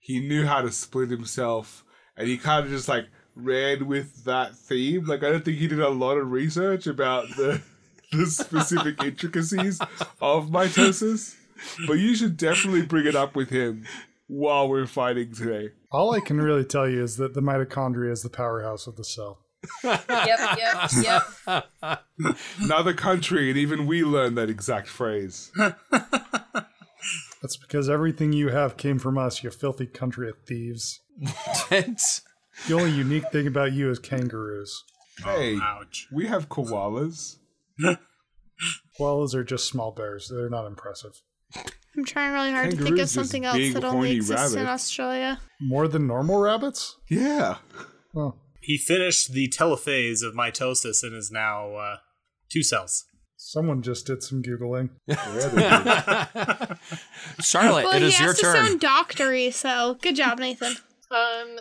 He knew how to split himself, and he kind of just like ran with that theme. Like I don't think he did a lot of research about the the specific intricacies of mitosis. But you should definitely bring it up with him while we're fighting today. All I can really tell you is that the mitochondria is the powerhouse of the cell. Yep, yep, yep. Another country, and even we learned that exact phrase. That's because everything you have came from us, you filthy country of thieves. It's- The only unique thing about you is kangaroos. Hey, Ouch. we have koalas. Koalas are just small bears. They're not impressive. I'm trying really hard to think Kangaroos of is something else big, that only horny exists in rabbits. Australia. More than normal rabbits? Yeah. Oh, He finished the telophase of mitosis and is now uh, two cells. someone just did some Googling. Charlotte, Well, it he is has your to turn. sound doctory, so good job, Nathan. Um,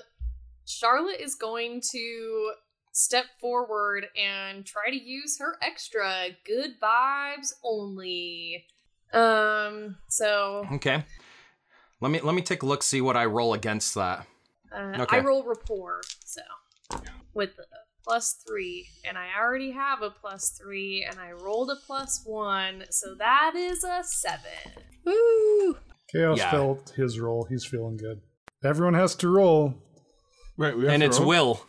Charlotte is going to step forward and try to use her extra good vibes only. Um, so Okay. Let me let me take a look, see what I roll against that. uh, Okay. I roll rapport, so with a plus three, and I already have a plus three, and I rolled a plus one, so that is a seven. Woo! Chaos Yeah. felt his role. He's feeling good. Everyone has to roll. Right, we have And to it's roll? Will.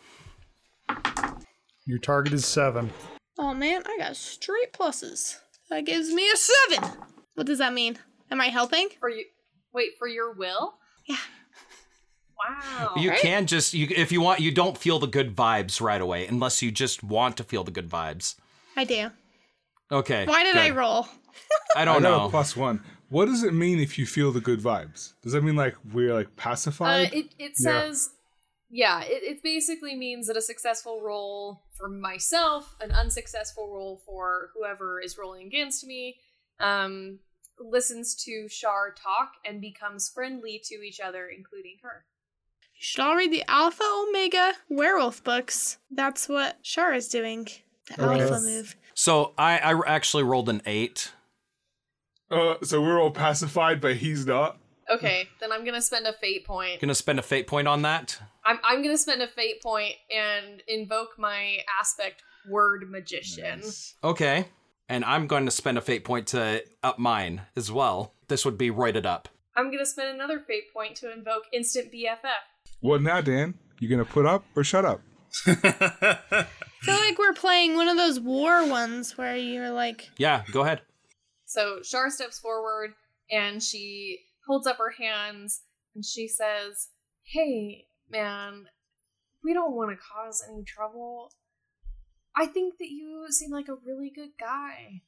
Your target is seven. Oh man, I got straight pluses. That gives me a seven. What does that mean? Am I helping? For you, wait for your will. Yeah. Wow. You can just you if you want you don't feel the good vibes right away unless you just want to feel the good vibes. I do. Okay. Why did I good. roll? I I don't got a know. plus one. What does it mean if you feel the good vibes? Does that mean like we're like Uh, pacified? it it Yeah. says, yeah, it, it basically means that a successful roll for myself, an unsuccessful roll for whoever is rolling against me, um, listens to Shar talk and becomes friendly to each other, including her. You should all read the Alpha Omega werewolf books. That's what Shar is doing. The Oh, alpha yes. move. So I I actually rolled an 8. Uh, so we're all pacified, but he's not. Okay, then I'm gonna spend a fate point. Going to spend a fate point on that. I'm I'm gonna spend a fate point and invoke my aspect word magician. Okay. And I'm going to spend a fate point to up mine as well. This would be roided up. I'm gonna spend another fate point to invoke instant BFF. What now, Dan? You gonna put up or shut up? I feel like we're playing one of those war ones where you're like, Yeah, go ahead. So Shar steps forward and she holds up her hands and she says, Hey, man, we don't want to cause any trouble. I think that you seem like a really good guy.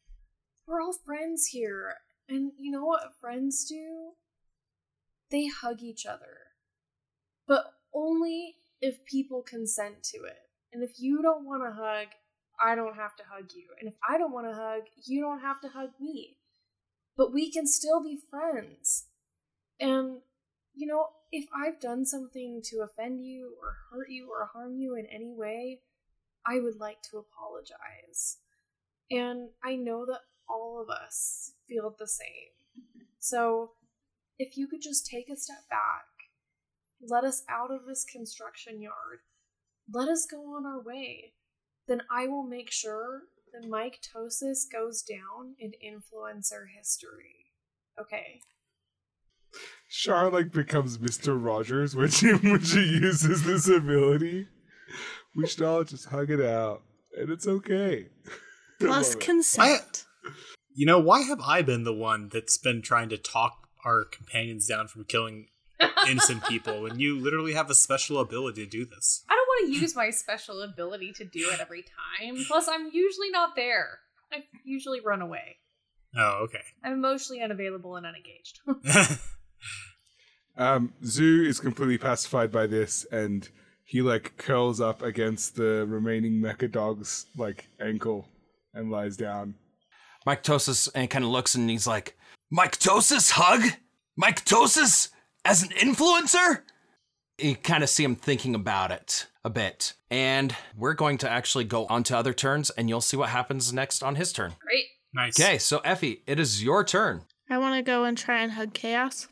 We're all friends here. And you know what friends do? They hug each other. But only if people consent to it. And if you don't want to hug, I don't have to hug you. And if I don't want to hug, you don't have to hug me. But we can still be friends. And, you know, if I've done something to offend you or hurt you or harm you in any way, I would like to apologize. And I know that all of us feel the same. So if you could just take a step back, let us out of this construction yard, let us go on our way then I will make sure that mycotosis goes down in influencer history. Okay. Char like becomes Mister Rogers when she when she uses this ability. We should all just hug it out, and it's okay. plus consent. You know, why have I been the one that's been trying to talk our companions down from killing innocent people when you literally have a special ability to do this? I don't want to use my special ability to do it every time. Plus, I'm usually not there. I usually run away. Oh, okay. I'm emotionally unavailable and unengaged. Um, Zoo is completely pacified by this, and he like curls up against the remaining mecha dog's like ankle and lies down. Mycotosis and kind of looks and he's like, Mycotosis hug? Mycotosis as an influencer? You kind of see him thinking about it a bit. And we're going to actually go on to other turns and you'll see what happens next on his turn. Great. nice. Okay, so Effie, it is your turn. I want to go and try and hug Chaos.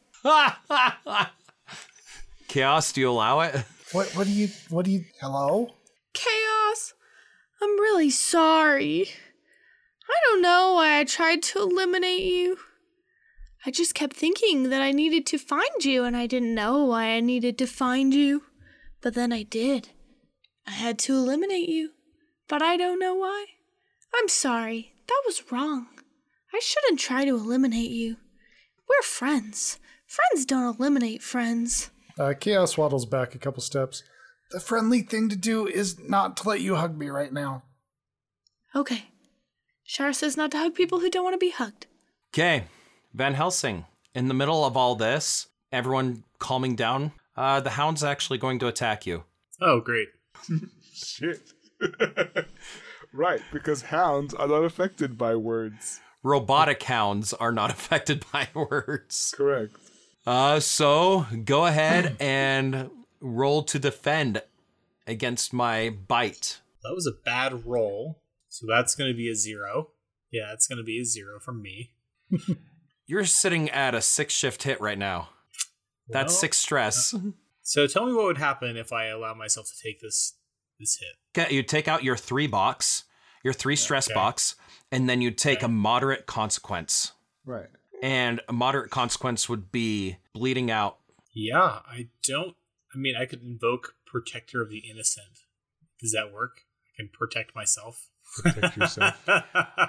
Chaos, do you allow it? What? What do you? What do you? Hello? Chaos, I'm really sorry. I don't know why I tried to eliminate you. I just kept thinking that I needed to find you, and I didn't know why I needed to find you. But then I did. I had to eliminate you, but I don't know why. I'm sorry. That was wrong. I shouldn't try to eliminate you. We're friends. Friends don't eliminate friends. Uh, Chaos waddles back a couple steps. The friendly thing to do is not to let you hug me right now. Okay. Shara says not to hug people who don't want to be hugged. Okay, Van Helsing. In the middle of all this, everyone calming down, uh, the hound's actually going to attack you. Oh, great. Shit. right, because hounds are not affected by words. Robotic hounds are not affected by words. Correct. Uh, so go ahead and roll to defend against my bite. That was a bad roll. So that's going to be a zero. Yeah, it's going to be a zero from me. You're sitting at a six shift hit right now. That's Well, six stress. So tell me what would happen if I allow myself to take this this hit. Okay, you take out your three box, your three stress okay. box, and then you take a moderate consequence. Right. And a moderate consequence would be bleeding out. Yeah, I don't. I mean, I could invoke Protector of the Innocent. Does that work? I can protect myself. Protect yourself.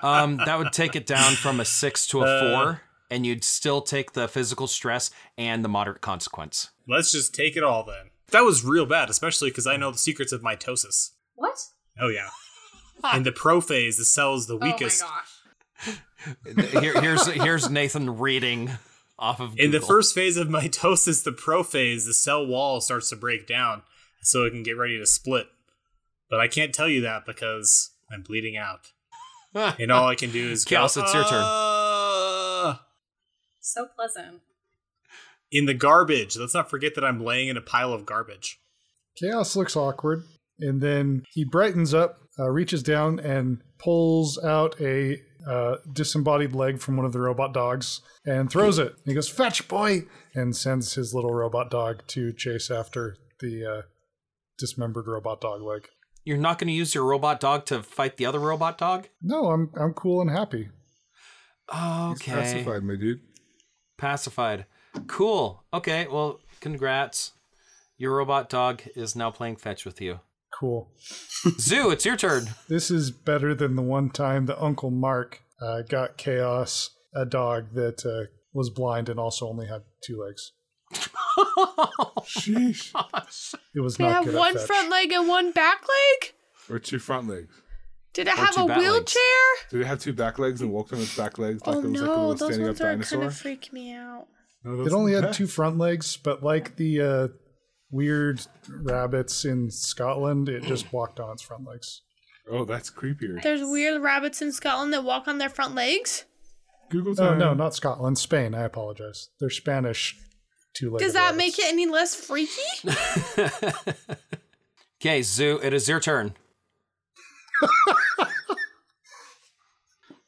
Um, that would take it down from a six to a Uh. four, and you'd still take the physical stress and the moderate consequence. Let's just take it all then. That was real bad, especially because I know the secrets of mitosis. What? Oh yeah. In the prophase, the cell's the weakest. Oh my gosh. Here, here's here's Nathan reading off of In the Google. first phase of mitosis, the prophase, the cell wall starts to break down, so it can get ready to split. But I can't tell you that because I'm bleeding out, and all I can do is go, Chaos, it's your turn. "Ah." So pleasant. in the garbage. Let's not forget that I'm laying in a pile of garbage. Chaos looks awkward, and then he brightens up, uh, reaches down, and pulls out a uh, disembodied leg from one of the robot dogs and throws it. He goes, "Fetch, boy!" and sends his little robot dog to chase after the uh, dismembered robot dog leg. You're not going to use your robot dog to fight the other robot dog. No, I'm I'm cool and happy. Okay, pacified. Pacified, my dude. Cool. Okay. Well, congrats. Your robot dog is now playing fetch with you. Cool. Zoo, it's your turn. This is better than the one time that Uncle Mark uh, got Chaos a dog that uh, was blind and also only had two legs. Sheesh. It was Did I not have good. one at fetch. front leg and one back leg? What's your front legs? Did I Or have two a bat legs. wheelchair? Did it have two back legs and walked on its back legs like oh it was like a no, little those standing up ones are dinosaur? kind of freak me out. No, those It only are had bad. two front legs, but like the uh, weird rabbits in Scotland, it just walked on its front legs. Oh, that's creepier. There's weird rabbits in Scotland that walk on their front legs. Google Oh, No, time. no, not Scotland, Spain. I apologize. They're Spanish two legs. Does that make it any less freaky? Okay, Zoo, it is your turn.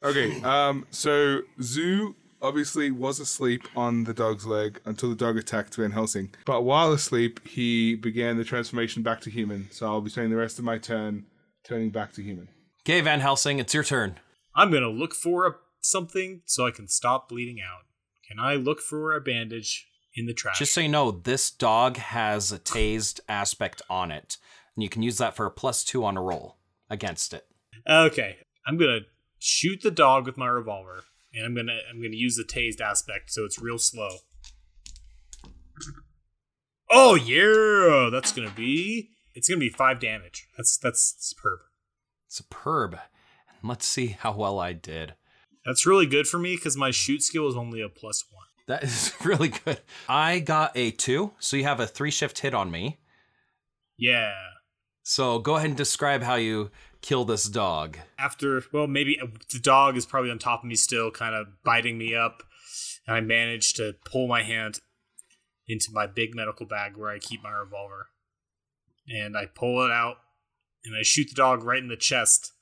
Okay, um, so Zoo obviously was asleep on the dog's leg until the dog attacked Van Helsing. But while asleep, he began the transformation back to human. So I'll be spending the rest of my turn turning back to human. Okay, Van Helsing, it's your turn. I'm gonna look for a, something so I can stop bleeding out. Can I look for a bandage in the trash? Just so you know, this dog has a tased aspect on it, and you can use that for a plus two on a roll against it. okay, I'm gonna shoot the dog with my revolver, and I'm gonna I'm gonna use the tased aspect so it's real slow. Oh yeah, that's gonna be it's gonna be five damage. That's that's superb. Superb. And let's see how well I did. That's really good for me because my shoot skill is only a plus one. That is really good. I got a two, so you have a three shift hit on me. Yeah. So go ahead and describe how you kill this dog. after well maybe the dog is probably on top of me still kind of biting me up and i manage to pull my hand into my big medical bag where i keep my revolver and i pull it out and i shoot the dog right in the chest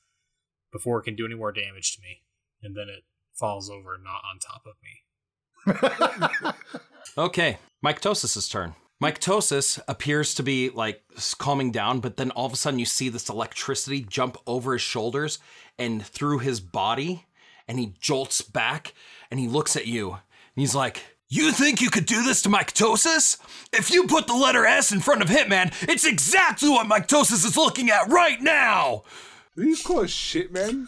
before it can do any more damage to me and then it falls over not on top of me Okay, Mycotosis' turn. Mycotosis appears to be like s- calming down, but then all of a sudden you see this electricity jump over his shoulders and through his body, and he jolts back and he looks at you And he's like, You think you could do this to Mycotosis? If you put the letter S in front of Hitman, it's exactly what Mycotosis is looking at right now! You call us shit, man.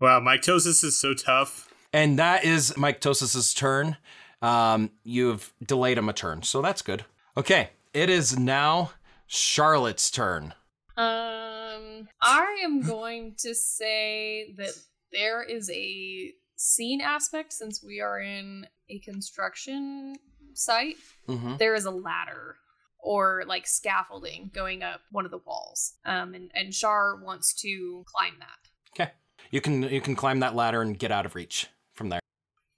Wow, mitosis is so tough. And that is Mycotosis' turn. Um, you've delayed him a turn, so that's good. Okay, it is now Charlotte's turn. Um, I am going to say that there is a scene aspect since we are in a construction site. Mhm. There is a ladder or like scaffolding going up one of the walls. Um, and, and Shar wants to climb that. Okay. You can you can climb that ladder and get out of reach from there.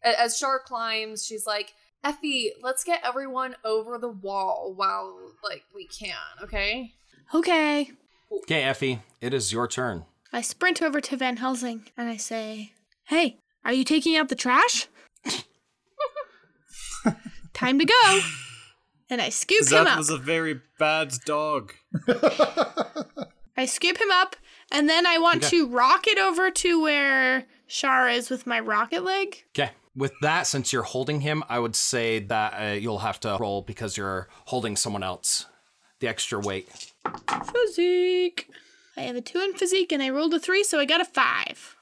A- As Shar climbs, she's like, Effie, let's get everyone over the wall while like we can, okay? Okay. Okay, Effie, it is your turn. I sprint over to Van Helsing and I say, Hey, are you taking out the trash? Time to go. And I scoop him That up. was a very bad dog. I scoop him up and then I want to rocket over to where Shar is with my rocket leg. Okay. With that, since you're holding him, I would say that uh, you'll have to roll because you're holding someone else. The extra weight. Physique. I have a two in physique and I rolled a three, so I got a five.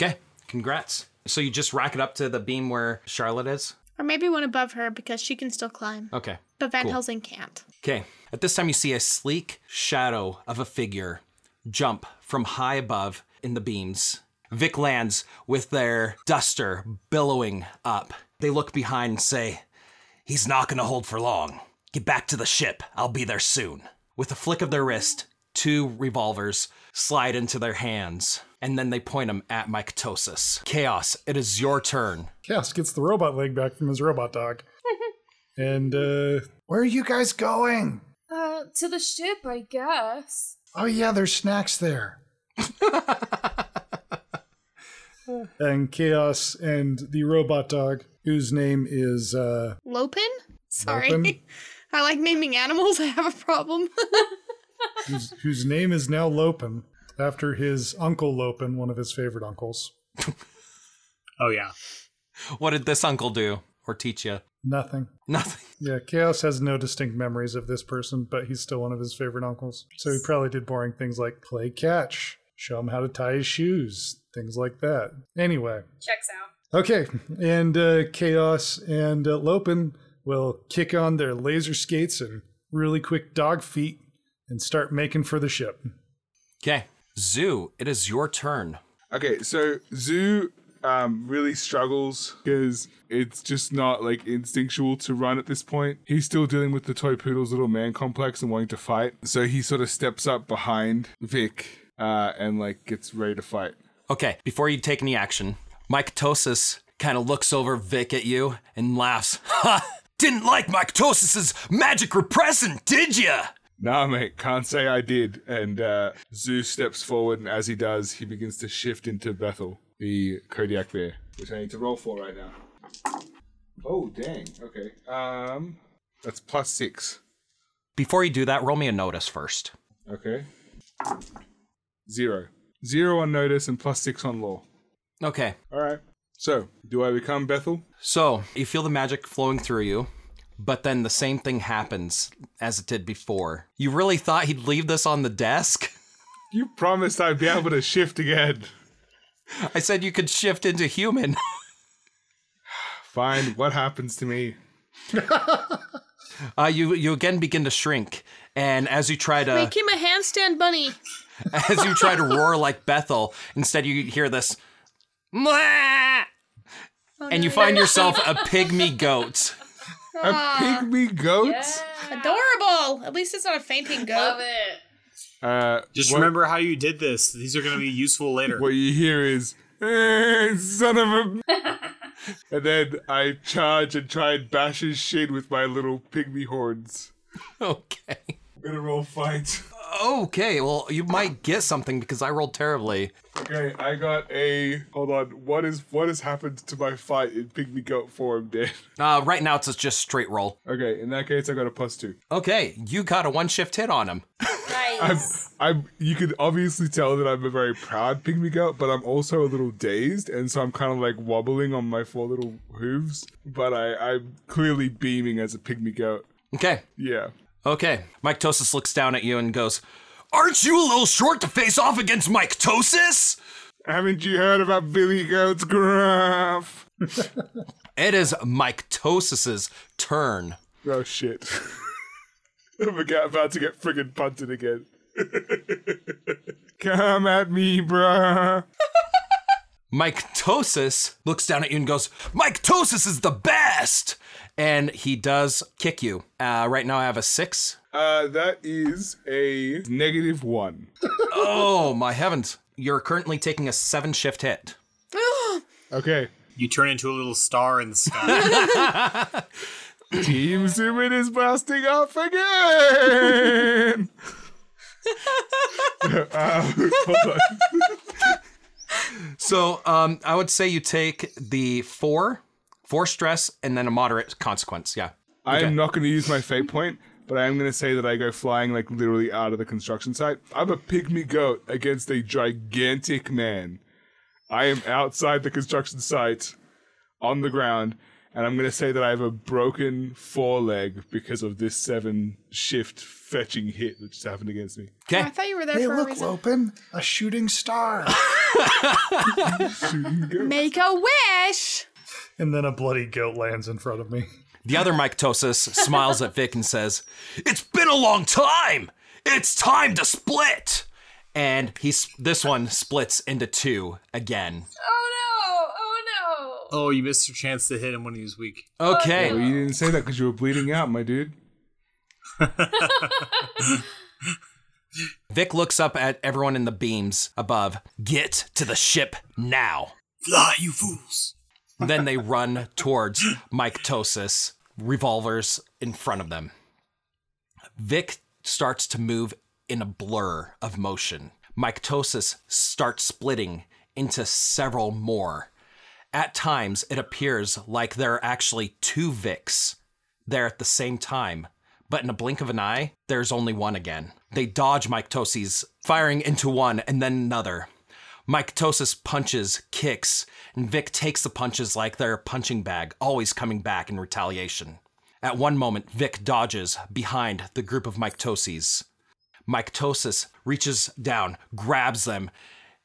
Okay. Congrats. So you just rack it up to the beam where Charlotte is. Or maybe one above her because she can still climb. Okay. But Van Helsing can't. Okay. At this time, you see a sleek shadow of a figure jump from high above in the beams. Vic lands with their duster billowing up. They look behind and say, He's not going to hold for long. Get back to the ship. I'll be there soon. With a flick of their wrist, two revolvers slide into their hands, and then they point them at Mycotosis. Chaos, it is your turn. Chaos gets the robot leg back from his robot dog. and uh, Where are you guys going? Uh, to the ship, I guess. Oh yeah, there's snacks there. and Chaos and the robot dog, whose name is uh, Lopin? Sorry. Lopin? I like naming animals. I have a problem. whose, whose name is now Lopin, after his uncle Lopin, one of his favorite uncles. Oh yeah. What did this uncle do or teach you? Nothing. Nothing. Yeah, Chaos has no distinct memories of this person, but he's still one of his favorite uncles. So he probably did boring things like play catch, show him how to tie his shoes, things like that. Anyway, Checks out. okay, and uh, Chaos and uh, Lopin will kick on their laser skates and really quick dog feet and start making for the ship. Okay. Zoo, it is your turn. Okay, so Zoo um, really struggles because it's just not like instinctual to run at this point. He's still dealing with the toy poodle's little man complex and wanting to fight. So he sort of steps up behind Vic uh, and like gets ready to fight. Okay, before you take any action, Mycotosis kind of looks over Vic at you and laughs. Ha! Didn't like Mycotosis' magic repressant, did ya? Nah, mate, can't say I did. And uh, Zoo steps forward, and as he does, he begins to shift into Bethel, the Kodiak bear, which I need to roll for right now. Oh, dang. Okay. Um, that's plus six. Before you do that, roll me a notice first. Okay. Zero. Zero on notice and plus six on law. Okay, All right. So, do I become Bethel? so you feel the magic flowing through you, but then the same thing happens as it did before. You really thought he'd leave this on the desk? You promised I'd be able to shift again. I said you could shift into human. Fine. What happens to me? Uh, you you again begin to shrink, and as you try to Make him a handstand bunny. as you try to roar like Bethel. Instead, you hear this, "Mwah!" and you find yourself a pygmy goat. A pygmy goat? Adorable. At least it's not a fainting goat. it. Uh, Just what- remember how you did this. These are going to be useful later. What you hear is, "Eh, son of a. and then I charge and try and bash his shin with my little pygmy horns. Okay. I'm gonna roll fight. Okay. Well, you might get something because I rolled terribly. Okay, I got a. Hold on. What is what has happened to my fight in pygmy goat form, Dan? Uh, right now, it's a just straight roll. Okay, in that case, I got a plus two. Okay, you got a one shift hit on him. Nice. I'm, I'm. You can obviously tell that I'm a very proud pygmy goat, but I'm also a little dazed, and so I'm kind of like wobbling on my four little hooves. But I, I'm clearly beaming as a pygmy goat. Okay. Yeah. Okay. Myctosis looks down at you and goes, Aren't you a little short to face off against Myctosis? Haven't you heard about Billy Goat's graph? It is Myctosis's turn. Oh shit. We're get- about to get friggin' punted again. Come at me, bruh. Myctosis looks down at you and goes, Myctosis is the best! And he does kick you. Uh, right now I have a six. Uh, that is a negative one. Oh my heavens. You're currently taking a seven shift hit. Okay. You turn into a little star in the sky. Team Zuman is blasting off again. So um, I would say you take the four, four stress, and then a moderate consequence. Yeah. I am not going to use my fate point, but I am going to say that I go flying like literally out of the construction site. I'm a pygmy goat against a gigantic man. I am outside the construction site on the ground, and I'm going to say that I have a broken foreleg because of this seven shift fetching hit that just happened against me. I thought you were there Hey, for a look, reason. Lopin, a shooting star. Make a wish. And then a bloody goat lands in front of me. The other Myctosis smiles at Vic and says, It's been a long time! It's time to split! And he's this one splits into two again. Oh no! Oh no! oh, you missed your chance to hit him when he was weak. Okay. Well, you didn't say that because you were bleeding out, my dude. Vic looks up at everyone in the beams above. Get to the ship now. Fly, you fools! then they run towards Myctosis, revolvers in front of them. Vic starts to move in a blur of motion. Myctosis starts splitting into several more. At times, it appears like there are actually two Vics there at the same time, but in a blink of an eye, there's only one again. They dodge Myctosis, firing into one and then another. Myctosis punches, kicks, and Vic takes the punches like they're a punching bag, always coming back in retaliation. At one moment, Vic dodges behind the group of Myctoses. Myctosis reaches down, grabs them,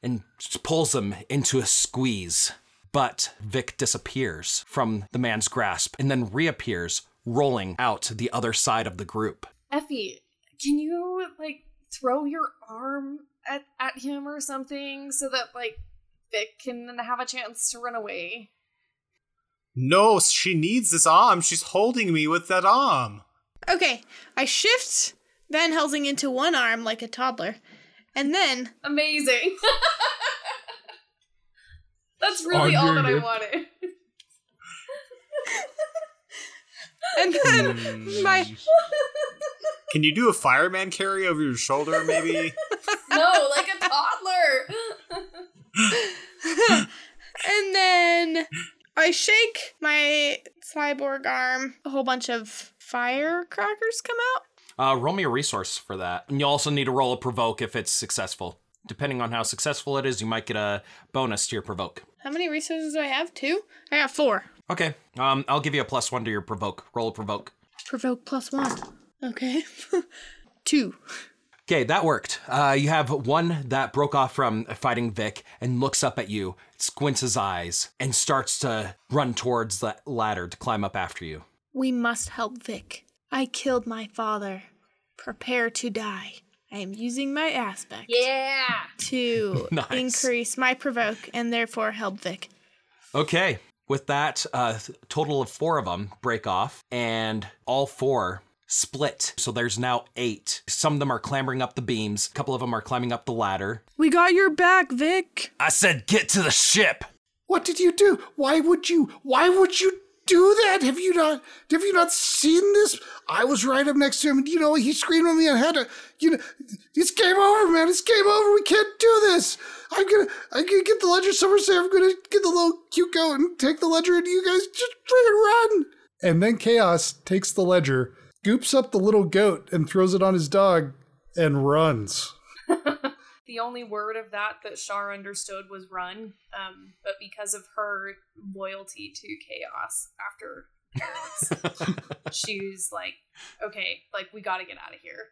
and pulls them into a squeeze. But Vic disappears from the man's grasp and then reappears, rolling out the other side of the group. Effie, can you like throw your arm at at him or something so that like Vic can have a chance to run away? No, she needs this arm. She's holding me with that arm. Okay, I shift Van Helsing into one arm like a toddler, and then Amazing. That's really all that I wanted. and then my Can you do a fireman carry over your shoulder, maybe? No, like a toddler. and then I shake my cyborg arm. A whole bunch of firecrackers come out. Uh, roll me a resource for that. And you also need to roll a provoke if it's successful. Depending on how successful it is, you might get a bonus to your provoke. How many resources do I have? Two. I got four. Okay. Um, I'll give you a plus one to your provoke. Roll a provoke. Provoke plus one. Okay. Two. Okay, that worked. Uh, you have one that broke off from fighting Vic and looks up at you, squints his eyes, and starts to run towards the ladder to climb up after you. We must help Vic. I killed my father. Prepare to die. I am using my aspect yeah. to Nice. increase my provoke and therefore help Vic. Okay. With that, uh, th- total of four of them break off, and all four split. So there's now eight. Some of them are clambering up the beams. A couple of them are climbing up the ladder. We got your back, Vic. I said, get to the ship. What did you do? Why would you? Why would you do that? Have you not? Have you not seen this? I was right up next to him, and you know he screamed at me. I had to. You know, it's game over, man. It's game over. We can't do this. I'm gonna. I'm gonna get the ledger somewhere safe. I'm gonna get the little cute goat and take the ledger, and you guys just freaking run. And then chaos takes the ledger, goops up the little goat, and throws it on his dog, and runs. The only word of that that Shar understood was run, um, but because of her loyalty to chaos after she was like, okay, like we got to get out of here.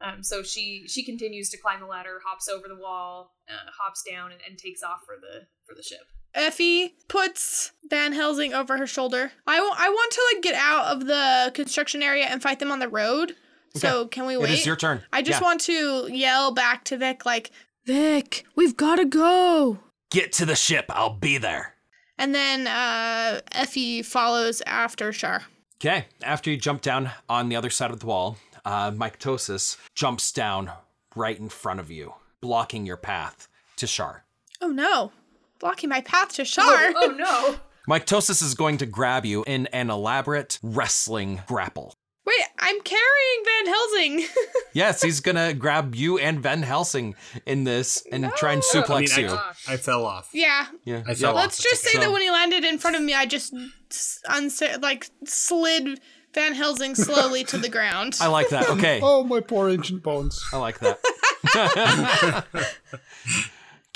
Um, so she she continues to climb the ladder, hops over the wall, uh, hops down, and, and takes off for the for the ship. Effie puts Van Helsing over her shoulder. I wa- I want to like get out of the construction area and fight them on the road. So can we wait? It is your turn. I just Yeah. want to yell back to Vic like, Vic, we've got to go. get to the ship. I'll be there. And then uh, Effie follows after Shar. Okay. After you jump down on the other side of the wall, uh, Mycotosis jumps down right in front of you, blocking your path to Shar. Oh no, blocking my path to Shar. Oh no! Mycotosis is going to grab you in an elaborate wrestling grapple. Wait, I'm carrying Van Helsing. Yes, he's gonna grab you and Van Helsing in this and try and I suplex mean, you. I, I fell off. yeah. yeah, I fell yeah. off. Let's just say So- that when he landed in front of me, I just s- unsa- like slid Van Helsing slowly to the ground. I like that. Okay, Oh, my poor ancient bones. I like that.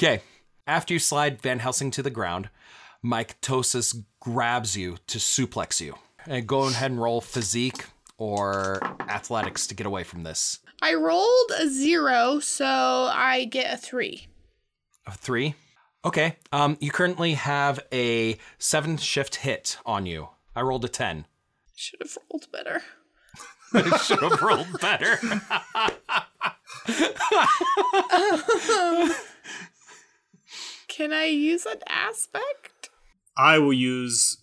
okay, after you slide Van Helsing to the ground, Mycotosis grabs you to suplex you. And go ahead and roll physique or athletics to get away from this. I rolled a zero, so I get a three. Of three. Okay. Um, you currently have a seven shift hit on you. I rolled a ten. Should have rolled better. Should have rolled better. Can I use an aspect? I will use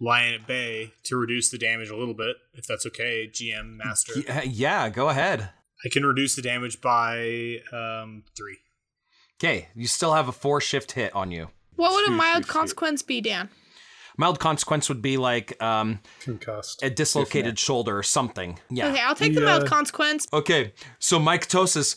Lion at Bay to reduce the damage a little bit, if that's okay, GM Master. Yeah, yeah, go ahead. I can reduce the damage by um, three. Okay, you still have a four shift hit on you. What would a mild consequence be, Dan? Mild consequence would be like um, Concussed. a dislocated shoulder or something. Yeah. uh, Okay, I'll take the mild consequence. Okay, so mycotosis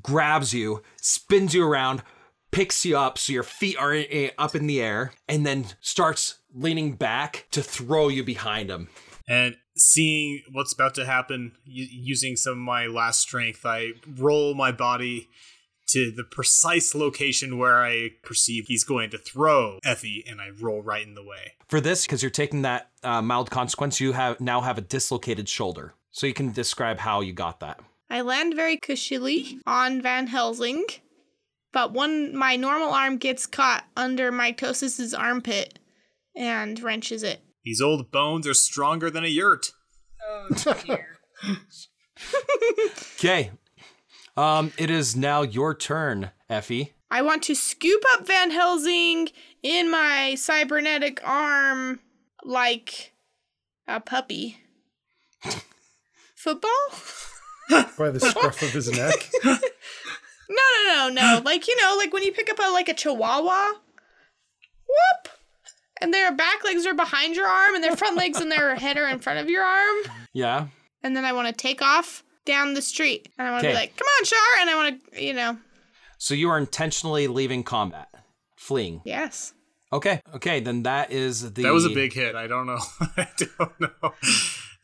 grabs you, spins you around, picks you up so your feet are eh, up in the air, and then starts leaning back to throw you behind him. And seeing what's about to happen, u- using some of my last strength, I roll my body to the precise location where I perceive he's going to throw Effie, and I roll right in the way. For this, because you're taking that uh, mild consequence, you have now have a dislocated shoulder. So you can describe how you got that. I land very cushily on Van Helsing, but one my normal arm gets caught under Mycosis's armpit and wrenches it. These old bones are stronger than a yurt. Oh dear. Okay. Um, it is now your turn, Effie. I want to scoop up Van Helsing in my cybernetic arm like a puppy. Football? By the scruff of his neck. No, no, no, no. Like you know, like when you pick up a like a chihuahua, whoop, and their back legs are behind your arm, and their front legs and their head are in front of your arm. Yeah. And then I want to take off down the street, and I want to be Okay. like, "Come on, Char!" And I want to, you know, So you are intentionally leaving combat, fleeing. yes. Okay. Okay. Then that is the. That was a big hit. I don't know. I don't know.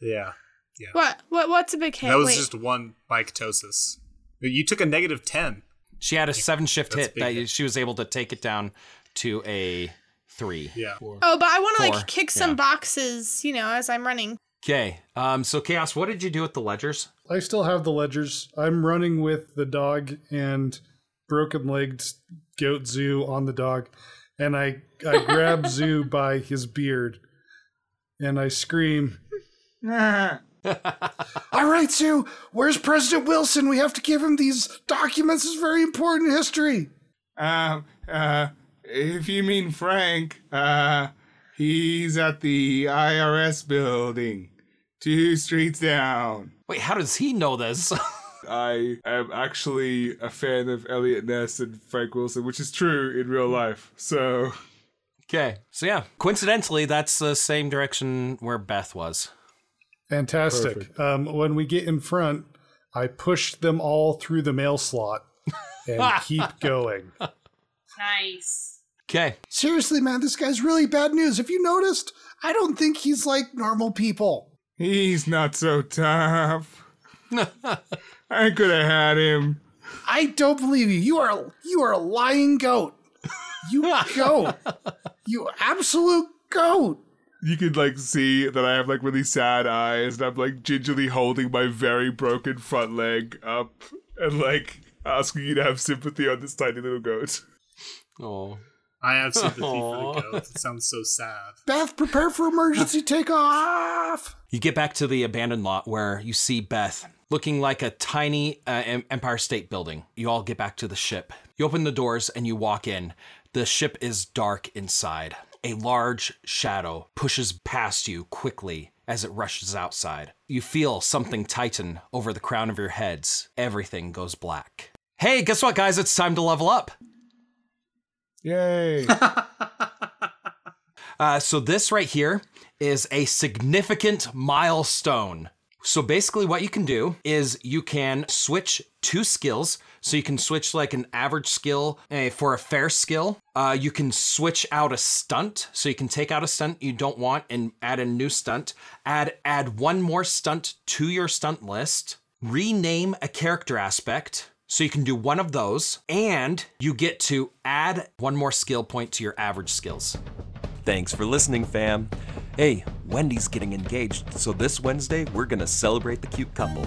Yeah. What? What? What's a big hit? that was Wait. just one mycotosis. You took a negative 10. She had a seven shift That's a hit big that hit. she was able to take it down to a three. Yeah. oh, but I want to Four. like kick some Yeah. boxes, you know, as I'm running. Okay. Um. So chaos. What did you do with the ledgers? I still have the ledgers. I'm running with the dog and broken legged goat Zoo on the dog, and I I grab Zoo by his beard, and I scream. All right, Sue, where's President Wilson? We have to give him these documents. It's very important history. Um, uh, if you mean Frank, uh, he's at the IRS building, two streets down. Wait. How does he know this? I am actually a fan of Elliot Ness and Frank Wilson, which is true in real life. So okay. So yeah. Coincidentally, that's the same direction where Beth was. Fantastic. Um, when we get in front, I push them all through the mail slot and keep going. nice. Okay. Seriously, man, this guy's really bad news. Have you noticed? I don't think he's like normal people. he's not so tough. I could have had him. I don't believe you. You are you are a lying goat. You goat. You absolute goat. You could like see that I have like really sad eyes, and I'm like gingerly holding my very broken front leg up, and like asking you to have sympathy on this tiny little goat. Oh. I have sympathy for Aw. the goats. It sounds so sad. Beth, prepare for emergency takeoff. You get back to the abandoned lot where you see Beth looking like a tiny uh, em- Empire State Building. You all get back to the ship. You open the doors and you walk in. The ship is dark inside. A large shadow pushes past you quickly as it rushes outside. You feel something tighten over the crown of your heads. Everything goes black. Hey, guess what, guys? It's time to level up. Yay. Uh, so this right here is a significant milestone. So basically, what you can do is you can switch two skills. So you can switch like an average skill eh, for a fair skill. Uh, you can switch out a stunt. So you can take out a stunt you don't want and add a new stunt. Add add one more stunt to your stunt list. Rename a character aspect. So you can do one of those, and you get to add one more skill point to your average skills. Thanks for listening, fam. Hey, Wendy's getting engaged, so this Wednesday we're gonna celebrate the cute couple.